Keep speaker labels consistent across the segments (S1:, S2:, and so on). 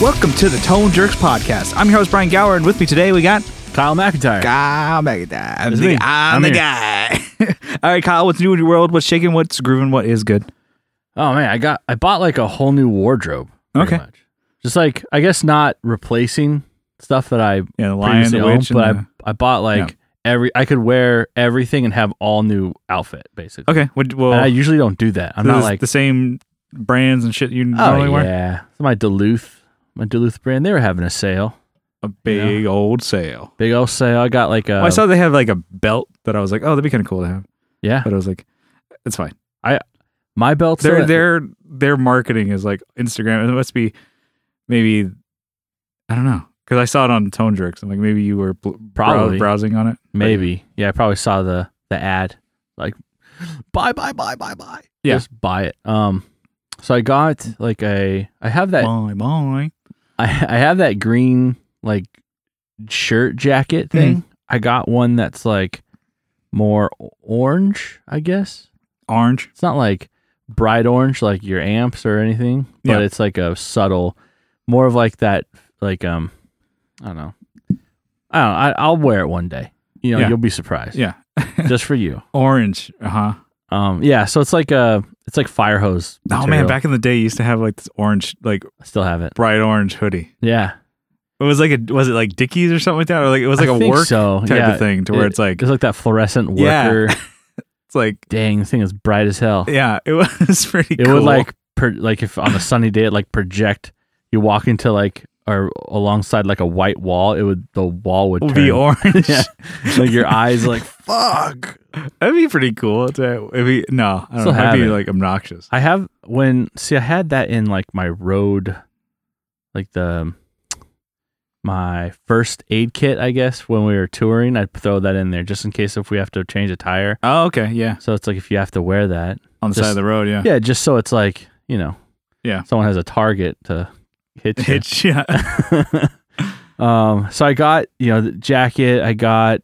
S1: Welcome to the Tone Jerks Podcast. I'm your host, Brian Gower, and with me today we got
S2: Kyle McIntyre.
S1: Kyle McIntyre. I'm
S2: That's
S1: the,
S2: me.
S1: I'm
S2: I'm
S1: the
S2: here.
S1: guy. All right, Kyle, what's new in your world? What's shaking? What's grooving? What is good?
S2: Oh man, I got I bought like a whole new wardrobe. pretty
S1: Okay.
S2: much. Just like I guess not replacing stuff that I
S1: Yeah, the
S2: previously owned,
S1: and
S2: but
S1: the-
S2: I I bought like every I could wear everything and have all new outfit basically.
S1: Okay, what, well,
S2: And I usually don't do that. I'm
S1: this
S2: not
S1: is
S2: like
S1: the same brands and shit you normally
S2: oh
S1: wear.
S2: yeah. So my Duluth, my Duluth brand, they were having a sale,
S1: A big old sale.
S2: big old sale. I got like a
S1: Well, I saw they had like a belt that I was like, oh, that'd be kind of cool to have.
S2: yeah.
S1: But I was like, it's fine.
S2: My belt.
S1: their their their marketing is like Instagram. It must be maybe I don't know because I saw it on Tone Jerks. I'm like maybe you were bl- brow-
S2: Probably.
S1: browsing on it.
S2: Maybe. Yeah, I probably saw the the ad like buy buy buy buy buy.
S1: Yeah.
S2: Just buy it. Um so I got like a I have that
S1: Bye bye.
S2: I, I have that green like shirt jacket
S1: Hmm.
S2: thing. I got one that's like more orange, I guess.
S1: Orange.
S2: It's not like bright orange like your amps or anything, but
S1: Yeah.
S2: it's like a subtle more of like that like um I don't know. I don't know. I, I'll wear it one day. You know,
S1: Yeah.
S2: you'll be surprised.
S1: Yeah.
S2: Just for you.
S1: Orange. Uh huh.
S2: Um, yeah, so it's like a it's like fire hose.
S1: Oh man,
S2: material.
S1: back in the day, you used to have like this orange, like
S2: I still have it.
S1: bright orange hoodie.
S2: Yeah,
S1: It was like a was it like Dickies or something like that, or like it was like
S2: a
S1: a work
S2: so.
S1: type
S2: yeah,
S1: of thing to where it's like
S2: it's like that fluorescent
S1: Yeah.
S2: worker.
S1: it's like
S2: Dang, this thing is bright as hell.
S1: yeah, it was pretty.
S2: it
S1: cool.
S2: would like per, like if on a sunny day it like project you walk into like or alongside like a white wall it would the wall would turn.
S1: be orange.
S2: yeah, like your eyes like
S1: Fuck, that'd be pretty cool. To, it'd be no, I don't know.
S2: Still
S1: That'd
S2: have
S1: be
S2: it.
S1: like obnoxious.
S2: I have when see I had that in like my road like the my first aid kit, I guess, when we were touring, I'd throw that in there just in case if we have to change a tire.
S1: Oh, okay, yeah.
S2: So it's like if you have to wear that.
S1: on the
S2: Just-
S1: side of the road. Yeah,
S2: Yeah, just so it's like, you know,
S1: Yeah.
S2: Someone has a target to hit you.
S1: Hitch, yeah.
S2: um so I got, you know, the jacket, I got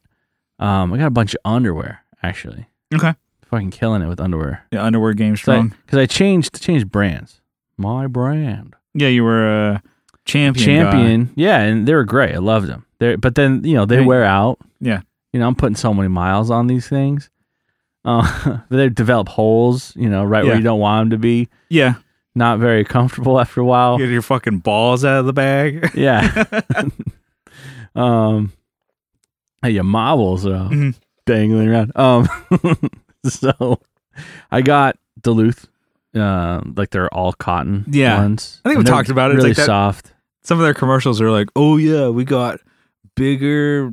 S2: um I got a bunch of underwear actually.
S1: Okay.
S2: Fucking killing it with underwear.
S1: the underwear game strong.
S2: Because I, changed changed brands. My brand.
S1: yeah, you were a champion. guy.
S2: Champion. Yeah, and they were great. I loved them. They but then, you know, they
S1: Hey.
S2: wear out.
S1: Yeah.
S2: You know, I'm putting so many miles on these things. Uh, they develop holes, you know, right where
S1: Yeah.
S2: you don't want them to be.
S1: Yeah,
S2: Not very comfortable after a while.
S1: get your fucking balls out of the bag.
S2: Yeah. um hey, your marbles are
S1: Mhm.
S2: dangling around. Um so I got Duluth uh, like they're all cotton
S1: Yeah.
S2: ones.
S1: I think we
S2: And they're
S1: talked about it. It's
S2: Really
S1: like that-
S2: soft.
S1: Some of their commercials are like, "Oh yeah, we got bigger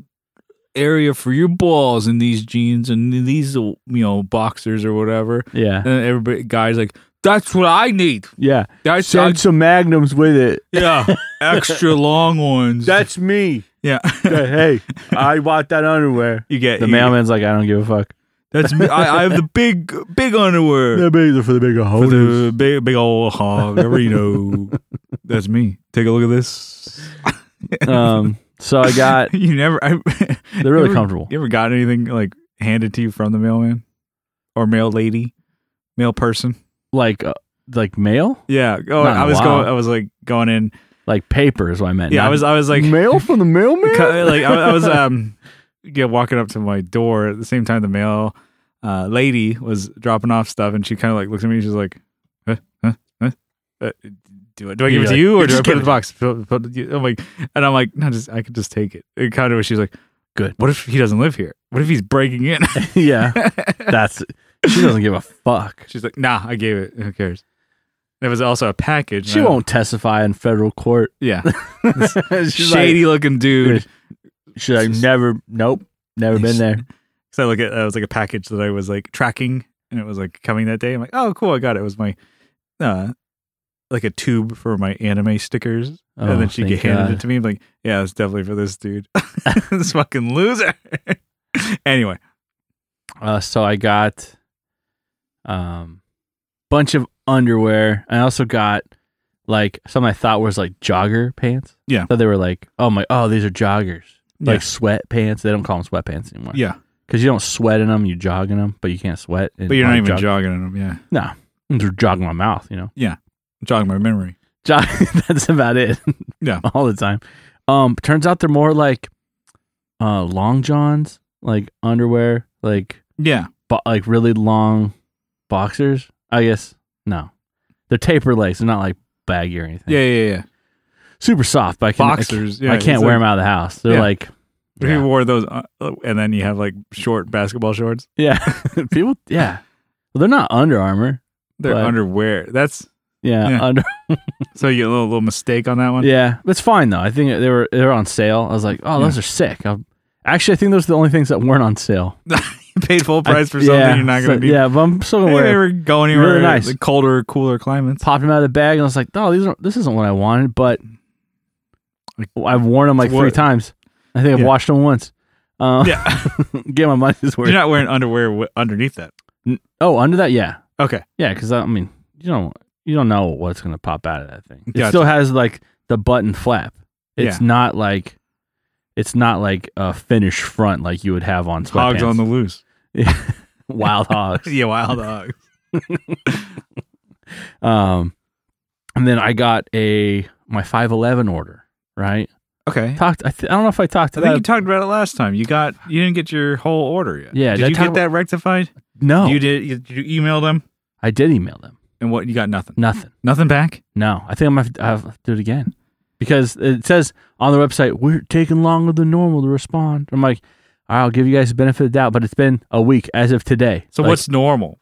S1: area for your balls in these jeans and in these you know boxers or whatever."
S2: Yeah.
S1: And everybody guys like, "That's what I need.
S2: Yeah.
S1: That's
S2: Send some magnums with it.
S1: yeah, extra long ones."
S2: That's me.
S1: yeah.
S2: hey, I want that underwear.
S1: you get
S2: The
S1: you-
S2: mailman's like, I don't give a fuck.
S1: That's me. I, I have the big big underwear.
S2: these are for the bigger
S1: for the big, big old hog. you know, that's me. Take a look at this.
S2: Um, so I got.
S1: you never. I,
S2: They're
S1: you
S2: really
S1: ever-
S2: comfortable.
S1: You ever got anything like handed to you from the mailman or mail lady, mail person?
S2: Like, uh, like mail,
S1: Yeah. Oh,
S2: Not in
S1: I
S2: a
S1: was
S2: while.
S1: going. I was like going in.
S2: like paper is what I meant.
S1: Yeah. I
S2: not-
S1: was. I was like.
S2: mail from the mailman.
S1: cu- like I, I was. Um. Yeah. Walking up to my door at the same time the mail uh, lady was dropping off stuff, and she kind of like looks at me. and She's like, huh, huh, huh? Uh, do, I- do I give
S2: You're
S1: it to
S2: like,
S1: you or
S2: "You
S1: do I
S2: just
S1: put it in
S2: give
S1: the box? Put- put- you- I'm like, and I'm like, no, just I could just take it. It kind of. She's like,
S2: Good.
S1: What if he doesn't live here? What if he's breaking in?
S2: yeah, that's. She doesn't give a fuck.
S1: she's like, Nah, I gave it. Who cares? There was also a package.
S2: She
S1: and I-
S2: won't testify in federal court.
S1: Yeah,
S2: She's
S1: shady looking dude.
S2: Yes. Like, she's like, never. Nope, never been there.
S1: So I look at uh, it was like a package that I was like tracking, and it was like coming that day. I'm like, oh, cool, I got it. It was my uh, like a tube for my anime stickers,
S2: Oh,
S1: and then she
S2: thank
S1: handed it
S2: God.
S1: to me. I'm like, yeah, it's definitely for this dude, this fucking loser. anyway,
S2: Uh, so I got, um, bunch of underwear. I also got like some I thought was like jogger pants.
S1: Yeah.
S2: So they were like, oh my, oh these are joggers,
S1: Yeah.
S2: like sweatpants. They don't call them sweatpants anymore.
S1: yeah,
S2: Because you don't sweat in them, you jog in them, but you can't sweat. in
S1: but you're not
S2: like
S1: even
S2: jog-
S1: jogging in them. Yeah,
S2: No, they're jogging my mouth. You know.
S1: jogging my memory.
S2: John, that's about it.
S1: Yeah.
S2: all the time. Um, turns out they're more like uh long johns, like underwear, like
S1: Yeah.
S2: bo- like really long boxers. I guess no, they're taper legs. They're not like baggy or anything.
S1: Yeah. Yeah. Yeah.
S2: super soft. But I can,
S1: Boxers. Yeah.
S2: I can't
S1: it's
S2: wear
S1: like-
S2: them out of the house. They're
S1: Yeah.
S2: like
S1: If you wore those, uh, and then you have like short basketball shorts.
S2: yeah, people yeah. Well, they're not Under Armour.
S1: They're
S2: But-
S1: underwear. That's
S2: Yeah,
S1: Yeah.
S2: Under.
S1: so you a little, little mistake on that one.
S2: Yeah, it's fine though. I think they were they were on sale. I was like, oh, those are sick. i actually, I think those are the only things that weren't on sale.
S1: you paid full price for
S2: I-
S1: something
S2: yeah,
S1: you're not
S2: so-
S1: going to be.
S2: Yeah, but I'm still gonna
S1: Hey,
S2: wear.
S1: they
S2: it.
S1: were going anywhere.
S2: Really nice.
S1: like, colder, cooler climates.
S2: Popped them out of the bag, and I was like, no, these are this isn't what I wanted. But
S1: Like-
S2: I've worn them like
S1: It's what-
S2: three times. I think I've
S1: Yeah.
S2: washed them once. Uh,
S1: Yeah,
S2: get my money's worth.
S1: you're not wearing underwear w- underneath that.
S2: oh, under that, yeah.
S1: Okay,
S2: Yeah, because I mean, you don't you don't know what's gonna pop out of that thing. It
S1: Gotcha.
S2: still has like the button flap. It's not like it's not like a finished front like you would have on sweatpants.
S1: hogs on the loose.
S2: wild hogs.
S1: Yeah, wild hogs.
S2: Um, and then I got a my five eleven order. Right?
S1: Okay,
S2: Talked. I, th- I don't know if I talked
S1: I
S2: to
S1: think
S2: that.
S1: you talked about it last time. You got you didn't get your whole order yet.
S2: Yeah, did I
S1: did you
S2: talk
S1: get that rectified?
S2: no,
S1: You did. You, you emailed them,
S2: I did email them.
S1: and what you got nothing.
S2: Nothing.
S1: Nothing back.
S2: No, I think I'm gonna have to, I have to do it again because it says on the website we're taking longer than normal to respond. I'm like, "All right, I'll give you guys the benefit of the doubt, but it's been a week as of today.
S1: So
S2: Like,
S1: what's normal?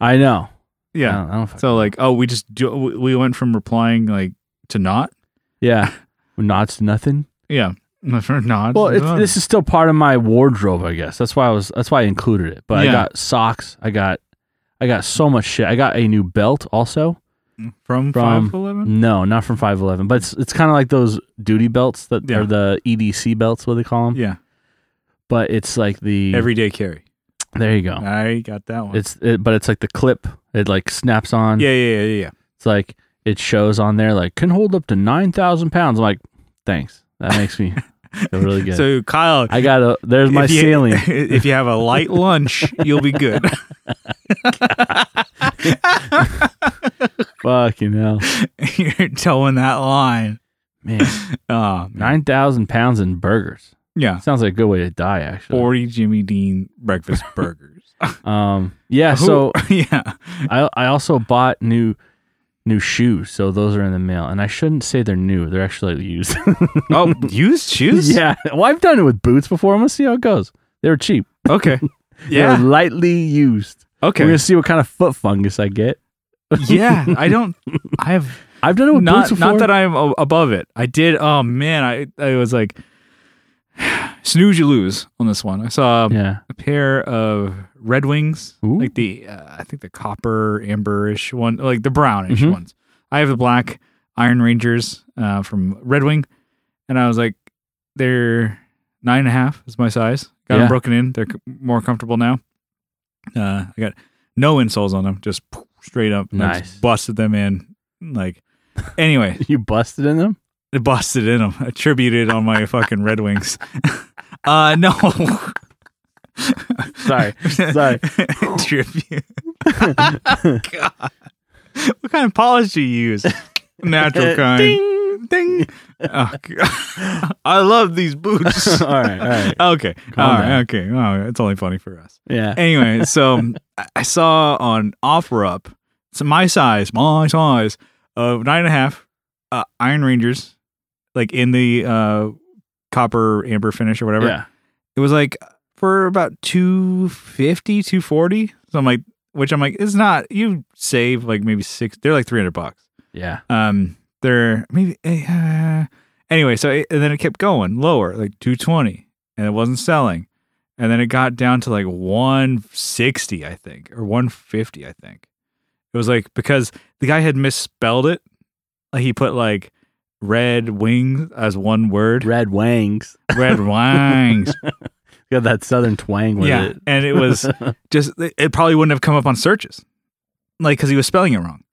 S2: I know? I
S1: Yeah.
S2: don't, I don't fuck-
S1: So like, oh, we just do, we- we went from replying like to not.
S2: yeah, nods to nothing.
S1: Yeah, for not.
S2: Well, it's, this is still part of my wardrobe, I guess. That's why I was. That's why I included it. But I
S1: Yeah.
S2: got socks. I got, I got so much shit. I got a new belt also.
S1: from
S2: from-
S1: five eleven.
S2: No, not from Five Eleven, but it's it's kind of like those duty belts that
S1: Yeah.
S2: are the EDC belts, what they call them.
S1: Yeah,
S2: But it's like the
S1: everyday carry.
S2: There you go.
S1: I got that one.
S2: Oh. It's it, but it's like the clip. It like snaps on.
S1: yeah, yeah, yeah, yeah.
S2: It's like it shows on there like can hold up to nine thousand pounds. I'm like, thanks. That makes me feel really
S1: yeah.
S2: good.
S1: So Kyle,
S2: I got a there's my
S1: if you-
S2: ceiling.
S1: if you have a light lunch, you'll be good.
S2: Fucking hell,
S1: You're towing that line.
S2: man.
S1: Oh, man.
S2: Nine thousand pounds in burgers.
S1: yeah.
S2: Sounds like a good way to die, actually.
S1: Forty Jimmy Dean breakfast burgers.
S2: Um, yeah.
S1: Who-
S2: So
S1: yeah,
S2: I I also bought new new shoes. So those are in the mail, and I shouldn't say they're new. They're actually used.
S1: oh, used shoes.
S2: yeah. Well, I've done it with boots before. I'm gonna see how it goes. They were cheap.
S1: Okay.
S2: They were
S1: Yeah.
S2: lightly used. We're
S1: Okay.
S2: gonna see what kind of foot fungus I get.
S1: yeah. I don't. I have
S2: I've done it with
S1: not
S2: boots before.
S1: not that I'm a- above it. I did. Oh man, I I was like snooze you lose on this one. I saw
S2: yeah.
S1: a pair of Red Wings,
S2: Ooh.
S1: like the uh, I think the copper amberish one, like the brownish
S2: Mhm.
S1: ones. I have the black Iron Rangers uh, from Red Wing, and I was like, they're nine and a half is my size. Got
S2: Yeah.
S1: them broken in. They're c- more comfortable now. Uh, I got no insoles on them, just poof, straight up. and I just
S2: Nice.
S1: busted them in. Like, anyway,
S2: You busted in them?
S1: it busted in them. Attributed on my fucking Red Wings. uh, no.
S2: Sorry. Sorry.
S1: Tribute. God. What kind of polish do you use? Natural kind.
S2: Ding.
S1: Ding. Oh, God. I love these boots.
S2: all right, all right.
S1: Okay.
S2: Calm
S1: all right.
S2: down.
S1: Okay. Oh, it's only funny for us.
S2: Yeah.
S1: Anyway, so I- I saw on OfferUp, it's my size, my size, of nine and a half uh, Iron Rangers, like in the uh, copper amber finish or whatever
S2: Yeah.
S1: it was like for about 250 240 so i'm like which i'm like it's not you save like maybe six they're like 300 bucks
S2: Yeah.
S1: um they're maybe uh, anyway so it, and then it kept going lower like 220 and it wasn't selling and then it got down to like 160 i think or 150 i think it was like because the guy had misspelled it like he put like red wings as one word
S2: Red wangs.
S1: red wings
S2: Got that southern twang with
S1: yeah,
S2: it.
S1: and it was just it probably wouldn't have come up on searches, like because he was spelling it wrong.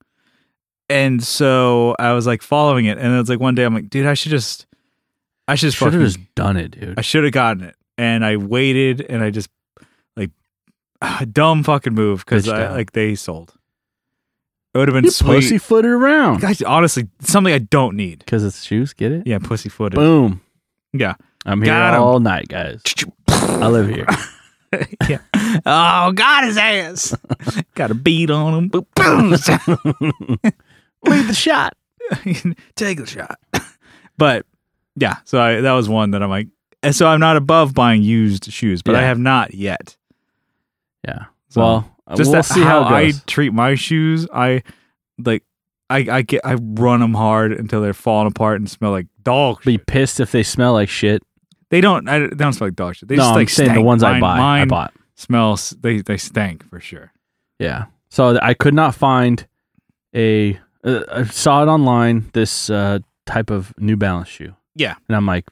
S1: And so I was like following it, and it's like one day I'm like, dude, I should just, I should just
S2: Should
S1: fucking,
S2: have just done it, dude.
S1: I should have gotten it, and I waited, and I just like dumb fucking move because
S2: Bitched
S1: I
S2: out.
S1: like they sold. It would have been
S2: You
S1: sweet.
S2: pussyfoot around
S1: Guys, honestly, something I don't need.
S2: because it's shoes. Get it?
S1: Yeah, pussy footed.
S2: Boom.
S1: Yeah.
S2: I'm here
S1: Got 'em.
S2: all night, guys. I live here.
S1: yeah. Oh, got his ass. got a beat on him. Boom. boom.
S2: Leave the shot.
S1: Take the shot. but yeah, so I, that was one that I'm like, and so I'm not above buying used shoes, but I
S2: Yeah.
S1: have not yet.
S2: Yeah.
S1: So,
S2: well,
S1: Just
S2: we'll
S1: that,
S2: see
S1: how,
S2: how, it goes.
S1: I treat my shoes. I like, I, I get, I run them hard until they're falling apart and smell like dog.
S2: Be
S1: shit.
S2: pissed if they smell like shit.
S1: They don't, I, they don't smell like dog shit. They
S2: no,
S1: just
S2: I'm
S1: like
S2: saying the
S1: stank.
S2: ones I
S1: Mine-
S2: buy. I
S1: Mine
S2: bought.
S1: smells. They they stank for sure.
S2: Yeah. So th- I could not find a. Uh, I saw it online. This uh, type of New Balance shoe.
S1: Yeah.
S2: And I'm like,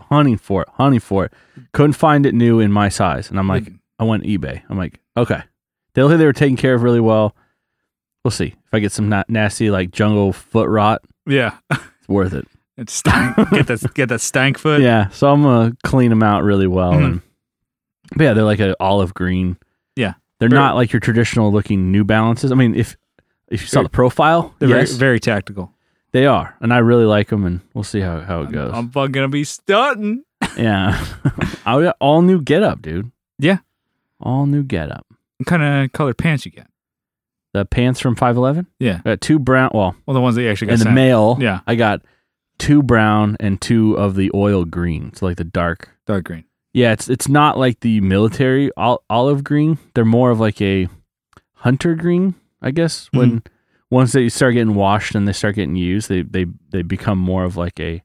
S2: hunting for it, hunting for it. Couldn't find it new in my size. And I'm like, I went eBay. I'm like, okay. They look like they were taken care of really well. We'll see if I get some na- nasty like jungle foot rot.
S1: yeah,
S2: It's worth it.
S1: It's stank. get that get that stank foot.
S2: yeah. So I'm gonna clean them out really well.
S1: Mhm.
S2: And but yeah, they're like an olive green.
S1: Yeah.
S2: They're
S1: Very-
S2: not like your traditional looking New Balances. I mean, if if you saw
S1: Very-
S2: the profile,
S1: They're
S2: yes,
S1: very, very tactical.
S2: they are, and I really like them. And we'll see how how it
S1: I'm-
S2: goes.
S1: I'm fucking gonna be stunting.
S2: yeah. I got all new get up, dude.
S1: Yeah.
S2: All new get up.
S1: What kind of color pants you get?
S2: The pants from Five Eleven.
S1: Yeah.
S2: Got two brown. Well,
S1: Well, the ones that you actually got
S2: in the
S1: sent.
S2: mail.
S1: Yeah.
S2: I got two brown and two of the oil green, so like the dark.
S1: dark green.
S2: Yeah, it's it's not like the military ol- olive green. They're more of like a hunter green, I guess. When once they start getting washed and they start getting used, they they they become more of like a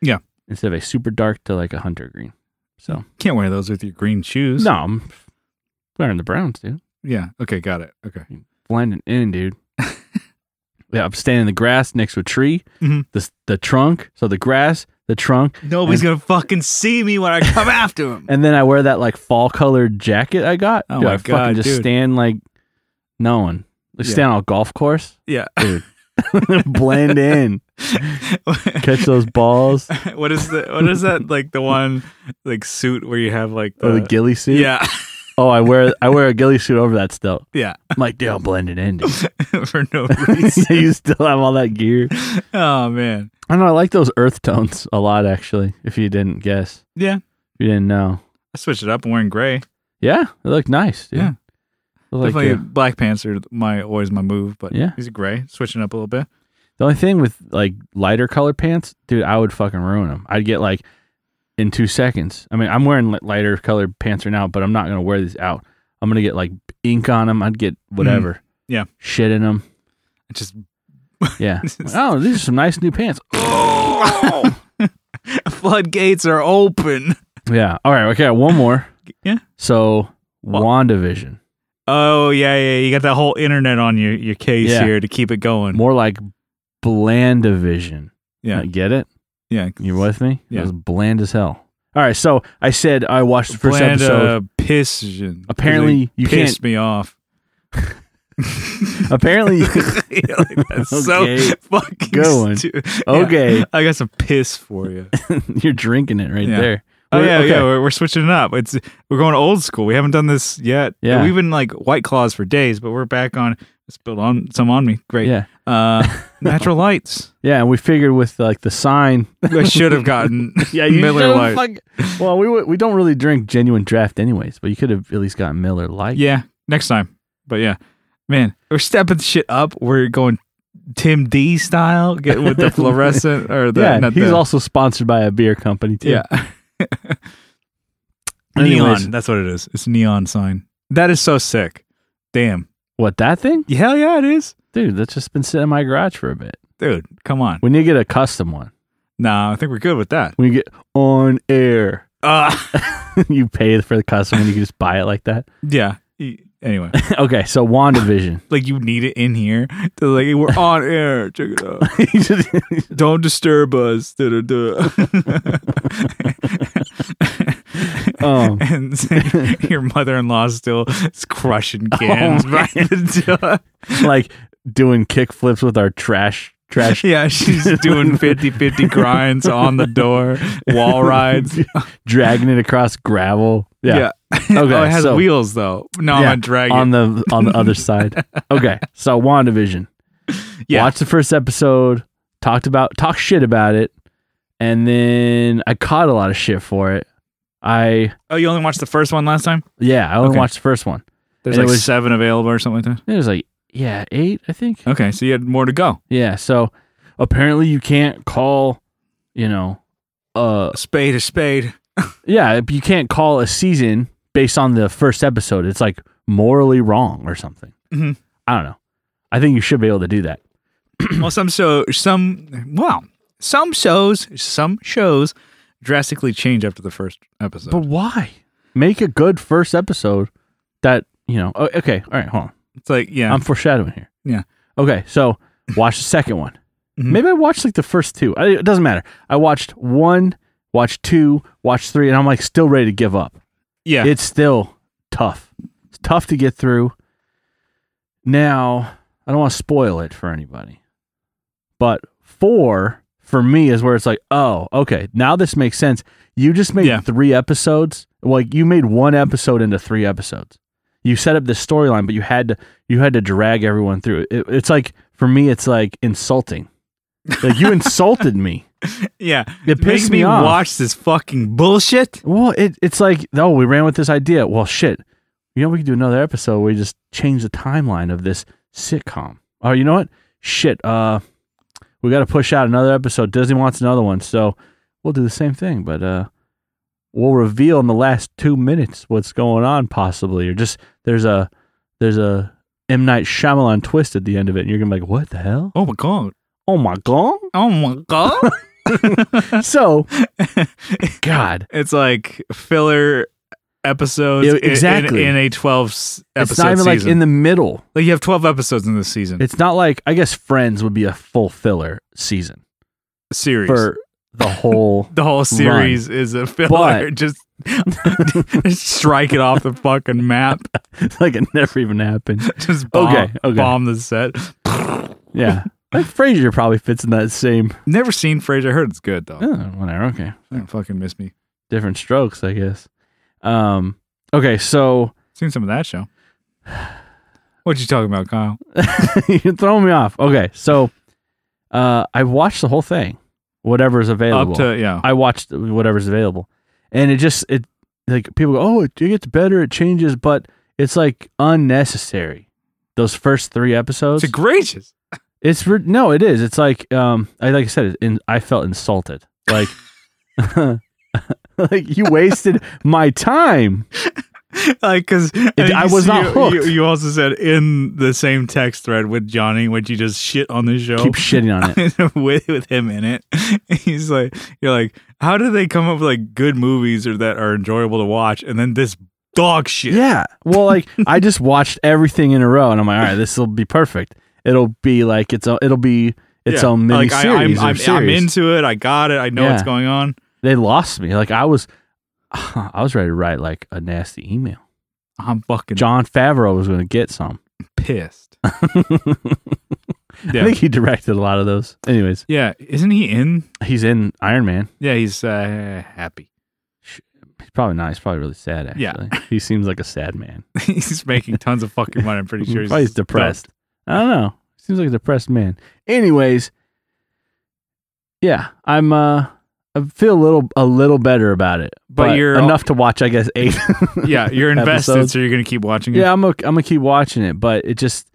S1: Yeah.
S2: instead of a super dark to like a hunter green. So
S1: Can't wear those with your green shoes.
S2: no, I'm wearing the browns, dude.
S1: Yeah. Okay. Got it. Okay.
S2: blending in, dude. yeah, I'm standing in the grass next to a tree.
S1: Mhm.
S2: The s- the trunk, so the grass, the trunk,
S1: Nobody's gonna fucking see me when I come after him.
S2: and then I wear that like fall colored jacket I got.
S1: Oh
S2: Dude,
S1: my
S2: I
S1: God,
S2: fucking just
S1: dude.
S2: stand like no one. Like
S1: Yeah.
S2: stand on a golf course,
S1: Yeah.
S2: dude. Blend in, catch those balls
S1: what is the what is that like the one like suit where you have like
S2: or the ghillie suit.
S1: yeah
S2: Oh, I wear I wear a ghillie suit over that still.
S1: yeah
S2: I'm like, dude, I'm blending in. Dude.
S1: for no reason.
S2: you still have all that gear.
S1: oh man.
S2: I don't know. I like those earth tones a lot, actually. If you didn't guess,
S1: Yeah.
S2: if you didn't know.
S1: I switched it up. I'm wearing gray.
S2: Yeah, they look nice. Dude.
S1: Yeah.
S2: They look like,
S1: Definitely
S2: uh,
S1: black pants are my always my move, but
S2: Yeah.
S1: he's gray, switching up a little bit.
S2: the only thing with like lighter colored pants, dude, I would fucking ruin them. I'd get like in two seconds. I mean, I'm wearing li- lighter colored pants right now, but I'm not gonna wear these out. I'm gonna get like ink on them. I'd get whatever.
S1: Mm. Yeah.
S2: shit in them.
S1: It just
S2: Yeah. oh, these are some nice new pants.
S1: oh, floodgates are open.
S2: Yeah. All right. Okay. One more.
S1: Yeah.
S2: So
S1: Well-
S2: WandaVision,
S1: Oh yeah, yeah. You got that whole internet on your your case
S2: Yeah.
S1: here to keep it going.
S2: more like Blandavision. Uh,
S1: yeah,
S2: Get it?
S1: yeah.
S2: You with me?
S1: Yeah.
S2: It was bland as hell. All right, so I said I watched the first
S1: Bland,
S2: episode.
S1: uh, pission.
S2: Apparently you
S1: pissed
S2: can't-
S1: me off.
S2: Apparently,
S1: That's
S2: Okay.
S1: so fucking
S2: Good one.
S1: stu- Yeah.
S2: okay,
S1: I got some piss for you.
S2: you're drinking it right
S1: Yeah.
S2: there.
S1: Oh
S2: We're-
S1: yeah,
S2: okay.
S1: yeah. We're, we're switching it up. It's we're going old school. We haven't done this yet.
S2: Yeah.
S1: we've been like white claws for days, but we're back on. Spilled on some on me. Great.
S2: yeah,
S1: Uh, natural lights.
S2: yeah. And we figured with like the sign,
S1: I should have gotten.
S2: yeah, you
S1: Miller
S2: should've
S1: Lite.
S2: fuck- well, we w- we don't really drink genuine draft anyways, but you could have at least gotten Miller Light.
S1: Yeah, next time. But yeah, man, we're stepping the shit up. We're going Tim D style. Get with the fluorescent or the
S2: yeah.
S1: not
S2: He's
S1: the-
S2: also sponsored by a beer company too.
S1: yeah.
S2: Anyways,
S1: Neon. That's what it is. It's a neon sign. That is so sick. Damn.
S2: What that thing,
S1: Hell yeah, it is.
S2: dude? That's just been sitting in my garage for a bit.
S1: Dude, come on.
S2: We need to get a custom one.
S1: Nah, I think we're good with that.
S2: We get on air.
S1: Uh,
S2: you pay for the custom and you can just buy it like that.
S1: yeah. E- Anyway,
S2: Okay, so WandaVision.
S1: like you need it in here. To like we're on air. Check it out.
S2: You just-
S1: Don't disturb us. Duh, duh, duh.
S2: um,
S1: and your mother-in-law still is crushing cans
S2: Oh,
S1: by the
S2: like doing kick flips with our trash trash
S1: door. Yeah, she's doing 50-50 grinds on the door, wall rides.
S2: dragging it across gravel. Yeah. Okay,
S1: oh, it has
S2: so-
S1: wheels though. No, I'm
S2: Yeah,
S1: gonna drag
S2: on
S1: it.
S2: the on the other side. Okay, so WandaVision.
S1: Yeah.
S2: Watched the first episode, talked about talked shit about it, and then I caught a lot of shit for it. I
S1: Oh, you only watched the first one last time?
S2: yeah, I only
S1: Okay.
S2: watched the first one.
S1: There's
S2: And it
S1: like
S2: was-
S1: seven available or something like that.
S2: It was like yeah, eight, I think.
S1: Okay, so you had more to go.
S2: Yeah, so apparently you can't call, you know, uh
S1: A spade is spade.
S2: yeah, you can't call a season based on the first episode. It's like morally wrong or something.
S1: Mhm.
S2: I don't know. I think you should be able to do that.
S1: well, some show some well, some shows some shows drastically change after the first episode.
S2: But why? Make a good first episode that, you know, oh, okay, all right, hold on.
S1: it's like yeah,
S2: I'm foreshadowing here.
S1: Yeah.
S2: Okay, so watch the second one.
S1: Mhm.
S2: Maybe I watched like the first two. I, it doesn't matter. I watched one, watched two, watched three, and I'm like still ready to give up.
S1: yeah.
S2: It's still tough. It's tough to get through. Now, I don't want to spoil it for anybody, but four for me is where it's like, oh, okay, now this makes sense. You just made
S1: Yeah.
S2: three episodes. Like you made one episode into three episodes. You set up this storyline, but you had to you had to drag everyone through. It, it's like for me, it's like insulting. Like you insulted me.
S1: yeah.
S2: It
S1: Make
S2: pissed me off.
S1: watch this fucking bullshit.
S2: Well, it, it's like, oh, we ran with this idea. Well, shit. You know, we could do another episode where we just change the timeline of this sitcom. Oh, you know what? Shit. Uh, we got to push out another episode. Disney wants another one. So we'll do the same thing, but uh, we'll reveal in the last two minutes what's going on, possibly. Or just there's a, there's a M. Night Shyamalan twist at the end of it. And you're going to be like, what the hell?
S1: Oh my god.
S2: Oh, my God.
S1: Oh my god.
S2: So, God.
S1: it's like filler episodes
S2: Yeah,
S1: in- in-
S2: exactly.
S1: in, a 12 s- episode
S2: It's not even
S1: season.
S2: like in the middle.
S1: Like, you have 12 episodes in this season.
S2: It's not like I guess Friends would be a full filler season
S1: series.
S2: for the whole.
S1: the whole series is a filler.
S2: But-
S1: Just, just strike it off the fucking map.
S2: like it never even happened.
S1: Just bomb,
S2: Okay, okay.
S1: bomb the set.
S2: Yeah, like Frasier probably fits in that same.
S1: Never seen Frasier. I heard it's good though.
S2: Oh, whatever. Okay,
S1: Don't fucking miss me.
S2: different strokes, I guess. Um. Okay, so
S1: Seen some of that show. What you talking about, Kyle?
S2: you're throwing me off. Okay, so uh, I watched the whole thing, whatever's available.
S1: Up to yeah.
S2: I watched whatever's available, and it just it like people go, oh, it gets better, it changes, but it's like unnecessary. Those first three episodes,
S1: It's egregious.
S2: It's re- no, it is. It's like um, I like I said, in, I felt insulted. Like, like you wasted my time.
S1: Like because
S2: I was not hooked.
S1: You, you also said in the same text thread with Johnny, would you just shit on the show?
S2: Keep shitting on it.
S1: with with him in it. He's like, you're like, how do they come up with like good movies or that are enjoyable to watch, and then this dog shit?
S2: Yeah. Well, like I just watched everything in a row, and I'm like, all right, this will be perfect. It'll be like its own. It'll be its
S1: Yeah.
S2: own mini
S1: Like I, I'm,
S2: series.
S1: I'm, I'm into it. I got it. I know what's
S2: Yeah.
S1: going on.
S2: They lost me. Like I was, I was ready to write like a nasty email.
S1: I'm fucking
S2: John Favreau was going to get some.
S1: pissed.
S2: I
S1: yeah,
S2: think he directed a lot of those. Anyways,
S1: yeah. Isn't he in?
S2: he's in Iron Man.
S1: Yeah, he's uh, happy.
S2: He's probably not. He's probably really sad. Actually,
S1: Yeah.
S2: he seems like a sad man.
S1: he's making tons of fucking money. I'm pretty sure he's,
S2: probably he's depressed. I don't know. Seems like a depressed man. Anyways, yeah, I'm. uh I feel a little a little better about it,
S1: But you're-
S2: enough to watch. I guess eight.
S1: Yeah, you're invested,
S2: Episodes.
S1: so you're gonna keep watching it.
S2: yeah, I'm. A, I'm gonna keep watching it, but it just.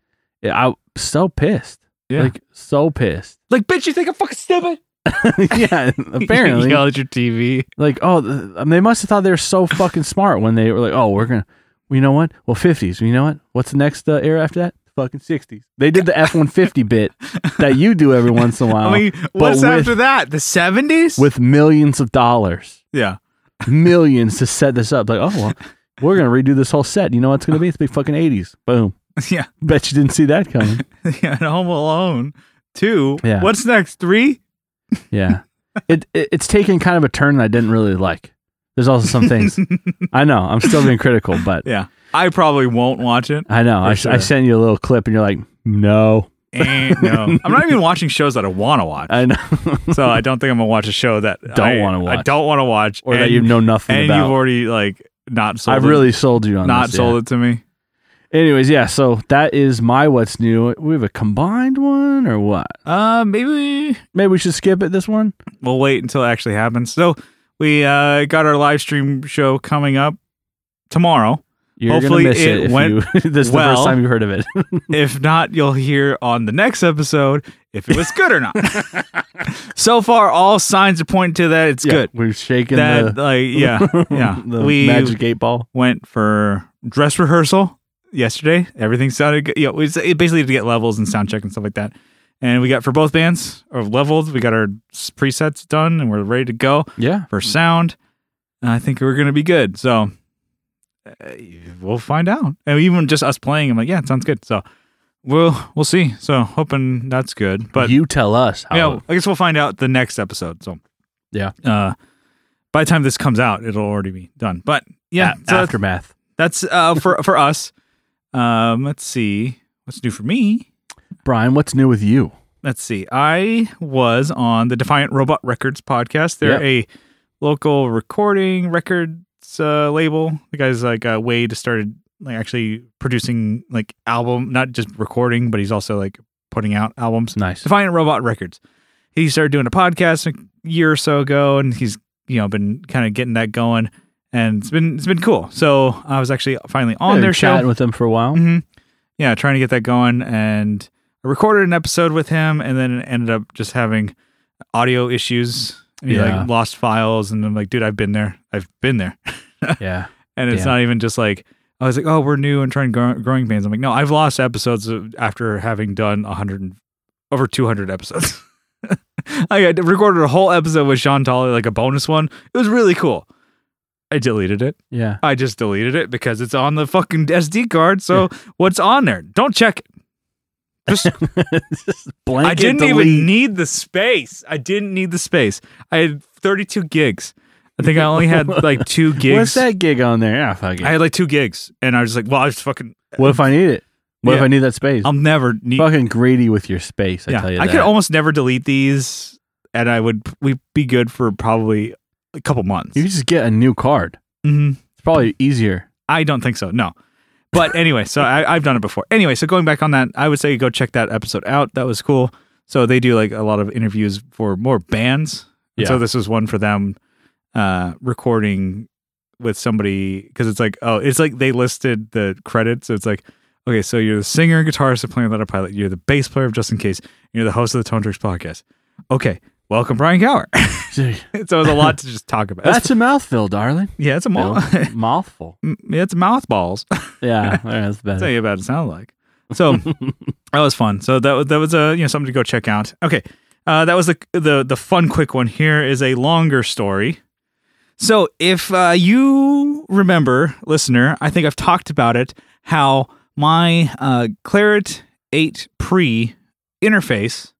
S2: Yeah, I'm so pissed.
S1: Yeah.
S2: Like so pissed.
S1: Like, bitch, you think I'm fucking stupid?
S2: yeah, apparently.
S1: yell at your TV.
S2: like oh th- I mean, they must have thought they were so fucking smart when they were like oh we're gonna you know what well 50s you know what what's the next uh, era after that fucking 60s they did the f-150 bit that you do every once in a while
S1: I mean, what's
S2: Uh, with-
S1: after that? The 70s?
S2: with millions of dollars
S1: yeah.
S2: millions to set this up like oh well we're gonna redo this whole set you know what it's gonna be it's gonna be fucking 80s boom
S1: Yeah.
S2: bet you didn't see that coming
S1: yeah, and Home Alone two.
S2: Yeah.
S1: What's next? Three?
S2: yeah it, it it's taken kind of a turn that I didn't really like there's also some things I know I'm still being critical but
S1: Yeah. I probably won't watch it.
S2: I know.
S1: For
S2: I, I
S1: sure.
S2: sent you a little clip, and you're like, "No,
S1: Eh, no, I'm not even watching shows that I want to watch.
S2: I know,"
S1: so I don't think I'm gonna watch a show that
S2: Don't
S1: I-
S2: wanna
S1: I
S2: watch.
S1: don't want to watch,
S2: or that
S1: and-
S2: you know nothing
S1: and
S2: about.
S1: you've already like not sold.
S2: I
S1: it-
S2: really sold you on
S1: not
S2: this, yeah.
S1: sold it to me.
S2: Anyways, yeah. So that is my what's new. We have a combined one or what?
S1: Uh, maybe
S2: Maybe we should skip it. This one.
S1: we'll wait until it actually happens. So we uh, got our live stream show coming up tomorrow.
S2: You're
S1: Hopefully
S2: gonna miss it.
S1: it
S2: if
S1: went
S2: you, this is the
S1: well.
S2: first time you heard of it.
S1: if not, you'll hear on the next episode if it was good or not. so far, all signs are pointing to that it's
S2: Yeah,
S1: good.
S2: We're shaking
S1: That like yeah
S2: the
S1: yeah
S2: the
S1: we
S2: magic eight ball.
S1: went for dress rehearsal yesterday. Everything sounded good. You know, it's it basically to get levels and sound check and stuff like that. And we got for both bands or leveled. We got our s- presets done and we're ready to go
S2: Yeah.
S1: for sound. And I think we're going to be good. So uh, we'll find out. And even just us playing, I'm like, yeah, it sounds good. So we'll we'll see. So hoping that's good. But
S2: But you tell us how.
S1: yeah, I guess we'll find out the next episode. So
S2: Yeah.
S1: uh, by the time this comes out, it'll already be done. But yeah,
S2: a-
S1: so that's-
S2: aftermath.
S1: that's uh for for us. Um, let's see what's new for me.
S2: Brian, what's new with you?
S1: Let's see. I was on the Defiant Robot Records podcast. They're a local recording records uh, label. The guys like uh, Wade started like actually producing like album, not just recording, but he's also like putting out albums.
S2: Nice.
S1: Defiant Robot Records. He started doing a podcast a year or so ago, and he's you know been kind of getting that going, and it's been it's been cool. So I was actually finally on
S2: Yeah,
S1: their show.
S2: chatting with them for a while.
S1: hmm Yeah, trying to get that going, and I recorded an episode with him, and then it ended up just having audio issues. And he
S2: Yeah.
S1: like lost files, and I'm like, dude, I've been there. I've been there,
S2: Yeah.
S1: and it's
S2: Damn.
S1: not even just like. I was like, oh, we're new and trying grow- growing bands. I'm like, no, I've lost episodes of- after having done 100, and- over 200 episodes. I had recorded a whole episode with Sean Tolley, like a bonus one. It was really cool. I deleted it.
S2: Yeah.
S1: I just deleted it because it's on the fucking SD card. So what's on there? Don't check it. Just,
S2: Just blanket
S1: I didn't
S2: delete.
S1: even need the space. I didn't need the space. I had 32 gigs. I think I only had like two gigs.
S2: What's that gig on there? Yeah, fuck it.
S1: I had like two gigs, and I was like, "Well, I was fucking.
S2: what if I need it? What if
S1: Yeah.
S2: I need that space?
S1: I'll never need.
S2: fucking greedy with your space. I
S1: yeah,
S2: tell you
S1: I
S2: that.
S1: could almost never delete these, and I would we be good for probably a couple months.
S2: you could just get a new card.
S1: hmm
S2: It's probably easier.
S1: I don't think so. No. But anyway, so I, I've done it before. Anyway, so going back on that, I would say go check that episode out. That was cool. So they do like a lot of interviews for more bands. And So
S2: Yeah.
S1: this was one for them uh, recording with somebody because it's like oh, it's like they listed the credits. So it's like okay, so you're the singer, and guitarist of Planet Letter Pilot. You're the bass player of Just in Case. and You're the host of the Tone Tricks podcast. Okay, welcome Brian Gower. so it was a lot to just talk about.
S2: That's a mouthful, darling.
S1: yeah, it's a mouth.
S2: Bill. mouthful.
S1: it's mouthballs.
S2: Yeah, all right, that's
S1: tell
S2: better.
S1: you about it sounded like. So that was fun. So that was that was a you know something to go check out. Okay, uh, that was the the the fun quick one. Here is a longer story. So if uh, you remember, listener, I think I've talked about it. How my uh, Claret Eight Pre interface.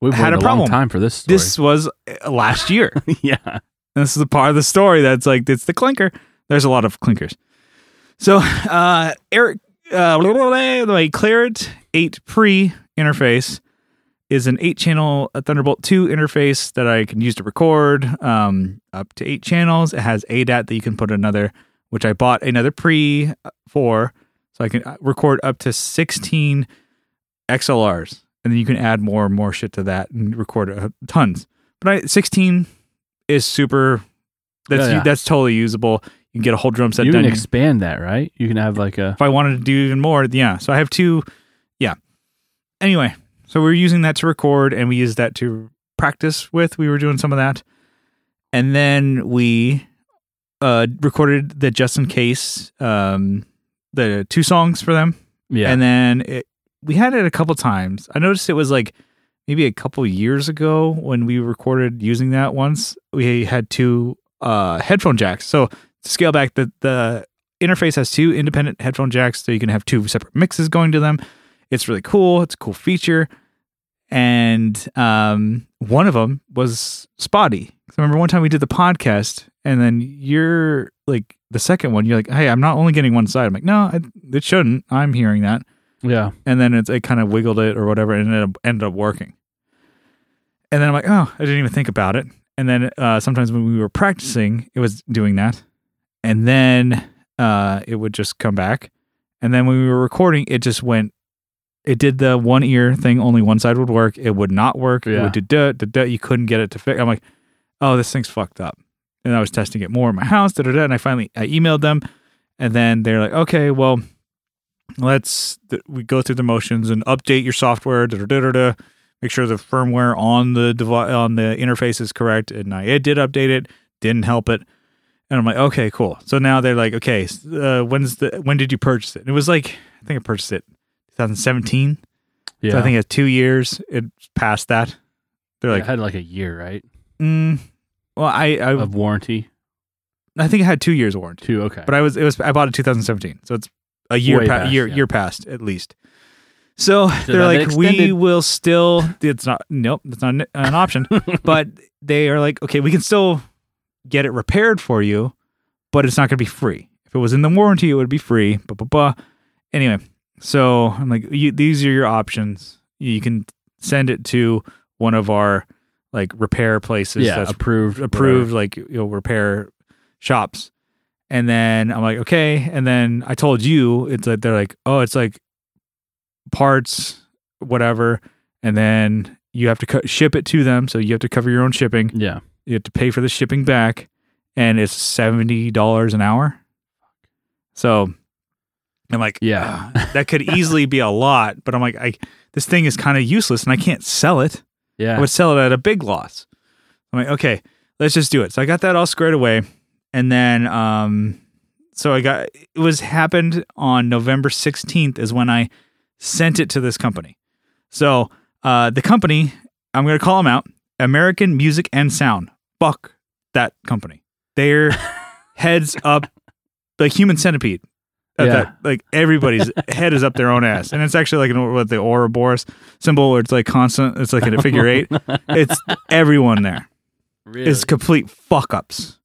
S2: We've
S1: had
S2: had
S1: a
S2: a, long
S1: problem.
S2: time for this story.
S1: This was uh, last year.
S2: yeah,
S1: And This is the part of the story that's like it's the clinker. There's a lot of clinkers. So uh Eric uh blah, blah, blah, the Claret 8 pre interface is an 8 channel Thunderbolt 2 interface that I can use to record um up to 8 channels. It has ADAT that you can put another which I bought another pre uh, for so I can uh, record up to 16 XLRs and then you can add more and more shit to that and record uh, tons. But I 16 is super that's
S2: Yeah, yeah.
S1: that's totally usable. You can get a whole drum set
S2: you
S1: done.
S2: can expand that, right? You can have like a
S1: if I wanted to do even more, yeah. So I have two yeah. Anyway, so we were using that to record and we used that to practice with. We were doing some of that. And then we uh recorded the just in case um the two songs for them
S2: yeah.
S1: and then it, we had it a couple times. I noticed it was like maybe a couple years ago when we recorded using that once. We had two uh, headphone jacks. So to scale back, the, the interface has two independent headphone jacks, so you can have two separate mixes going to them. It's really cool. It's a cool feature. And um, one of them was spotty. 'Cause I remember one time we did the podcast, and then you're like, the second one, you're like, hey, I'm not only getting one side. I'm like, no, I, it shouldn't. I'm hearing that
S2: yeah,
S1: and then it, it kind of wiggled it or whatever and it ended up- ended up working and then i'm like oh i didn't even think about it and then uh, sometimes when we were practicing it was doing that and then uh, it would just come back. And then when we were recording, it just went. It did the one ear thing; only one side would work. It would not work. It
S2: Yeah.
S1: would do duh, duh, duh. You couldn't get it to fix. I'm like, oh, this thing's fucked up. And I was testing it more in my house. Da, da, da, and I finally I emailed them, and then they're like, okay, well, let's th- we go through the motions and update your software. Da, da, da, da, da, make sure the firmware on the device on the interface is correct. And I it did update it. Didn't help it. And I'm like, okay, cool. So now they're like, okay, s- uh, when's the when did you purchase it? And it was like, I think I purchased it 2017.
S2: Yeah.
S1: So I think it's two years. It passed that. They're
S2: I
S1: like,
S2: had like a year, right?
S1: mm, well, I I,
S2: Of warranty.
S1: I think I had two years warranty.
S2: Two. Okay.
S1: But I was it was I bought it 2017, so it's a year
S2: Way
S1: pa-
S2: past,
S1: year
S2: yeah.
S1: year past at least. So, they're
S2: now they
S1: like, we
S2: extended-
S1: will still. It's not nope, that's not an- an option. but they are like, okay, we can still get it repaired for you, but it's not going to be free. If it was in the warranty, it would be free. Blah blah blah. Anyway, so I'm like, you, these are your options. You can send it to one of our like repair places.
S2: yeah.
S1: that's
S2: approved.
S1: approved like you know repair shops and then i'm like okay and then i told you it's like they're like oh it's like parts whatever and then you have to co- ship it to them so you have to cover your own shipping
S2: whatever. Yeah.
S1: you have to pay for the shipping back and it's $70 an hour so i'm like
S2: Yeah.
S1: "Ah, that could easily be a lot but i'm like i this thing is kind of useless and i can't sell it I
S2: Yeah.
S1: would sell it at a big loss. I'm like, okay, let's just do it. So I got that all squared away, and then um, so I got it was happened on November 16th is when I sent it to this company. So uh, the company I'm going to call them out, American Music and Sound. Fuck that company. They're heads up like human centipede. At
S2: Yeah.
S1: that- like everybody's head is up their own ass, and it's actually like an, what the Ouroboros symbol, where it's like constant. It's like in a figure eight. It's everyone there
S2: really?
S1: is complete fuck ups,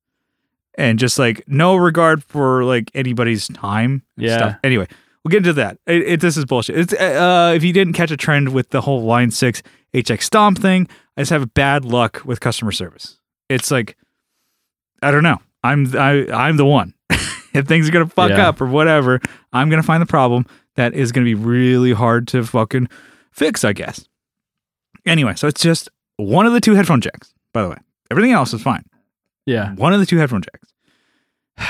S1: and just like no regard for like anybody's time. And
S2: Yeah.
S1: Stuff. Anyway, we'll get into that. It, it- this is bullshit. It's uh, if you didn't catch a trend with the whole Line Six HX Stomp thing, I just have bad luck with customer service. It's like I don't know. I'm I I'm the one. if things are gonna fuck
S2: Yeah.
S1: up or whatever, I'm gonna find the problem that is gonna be really hard to fucking fix, I guess. Anyway, so it's just one of the two headphone jacks, by the way. Everything else is fine.
S2: yeah.
S1: One of the two headphone jacks.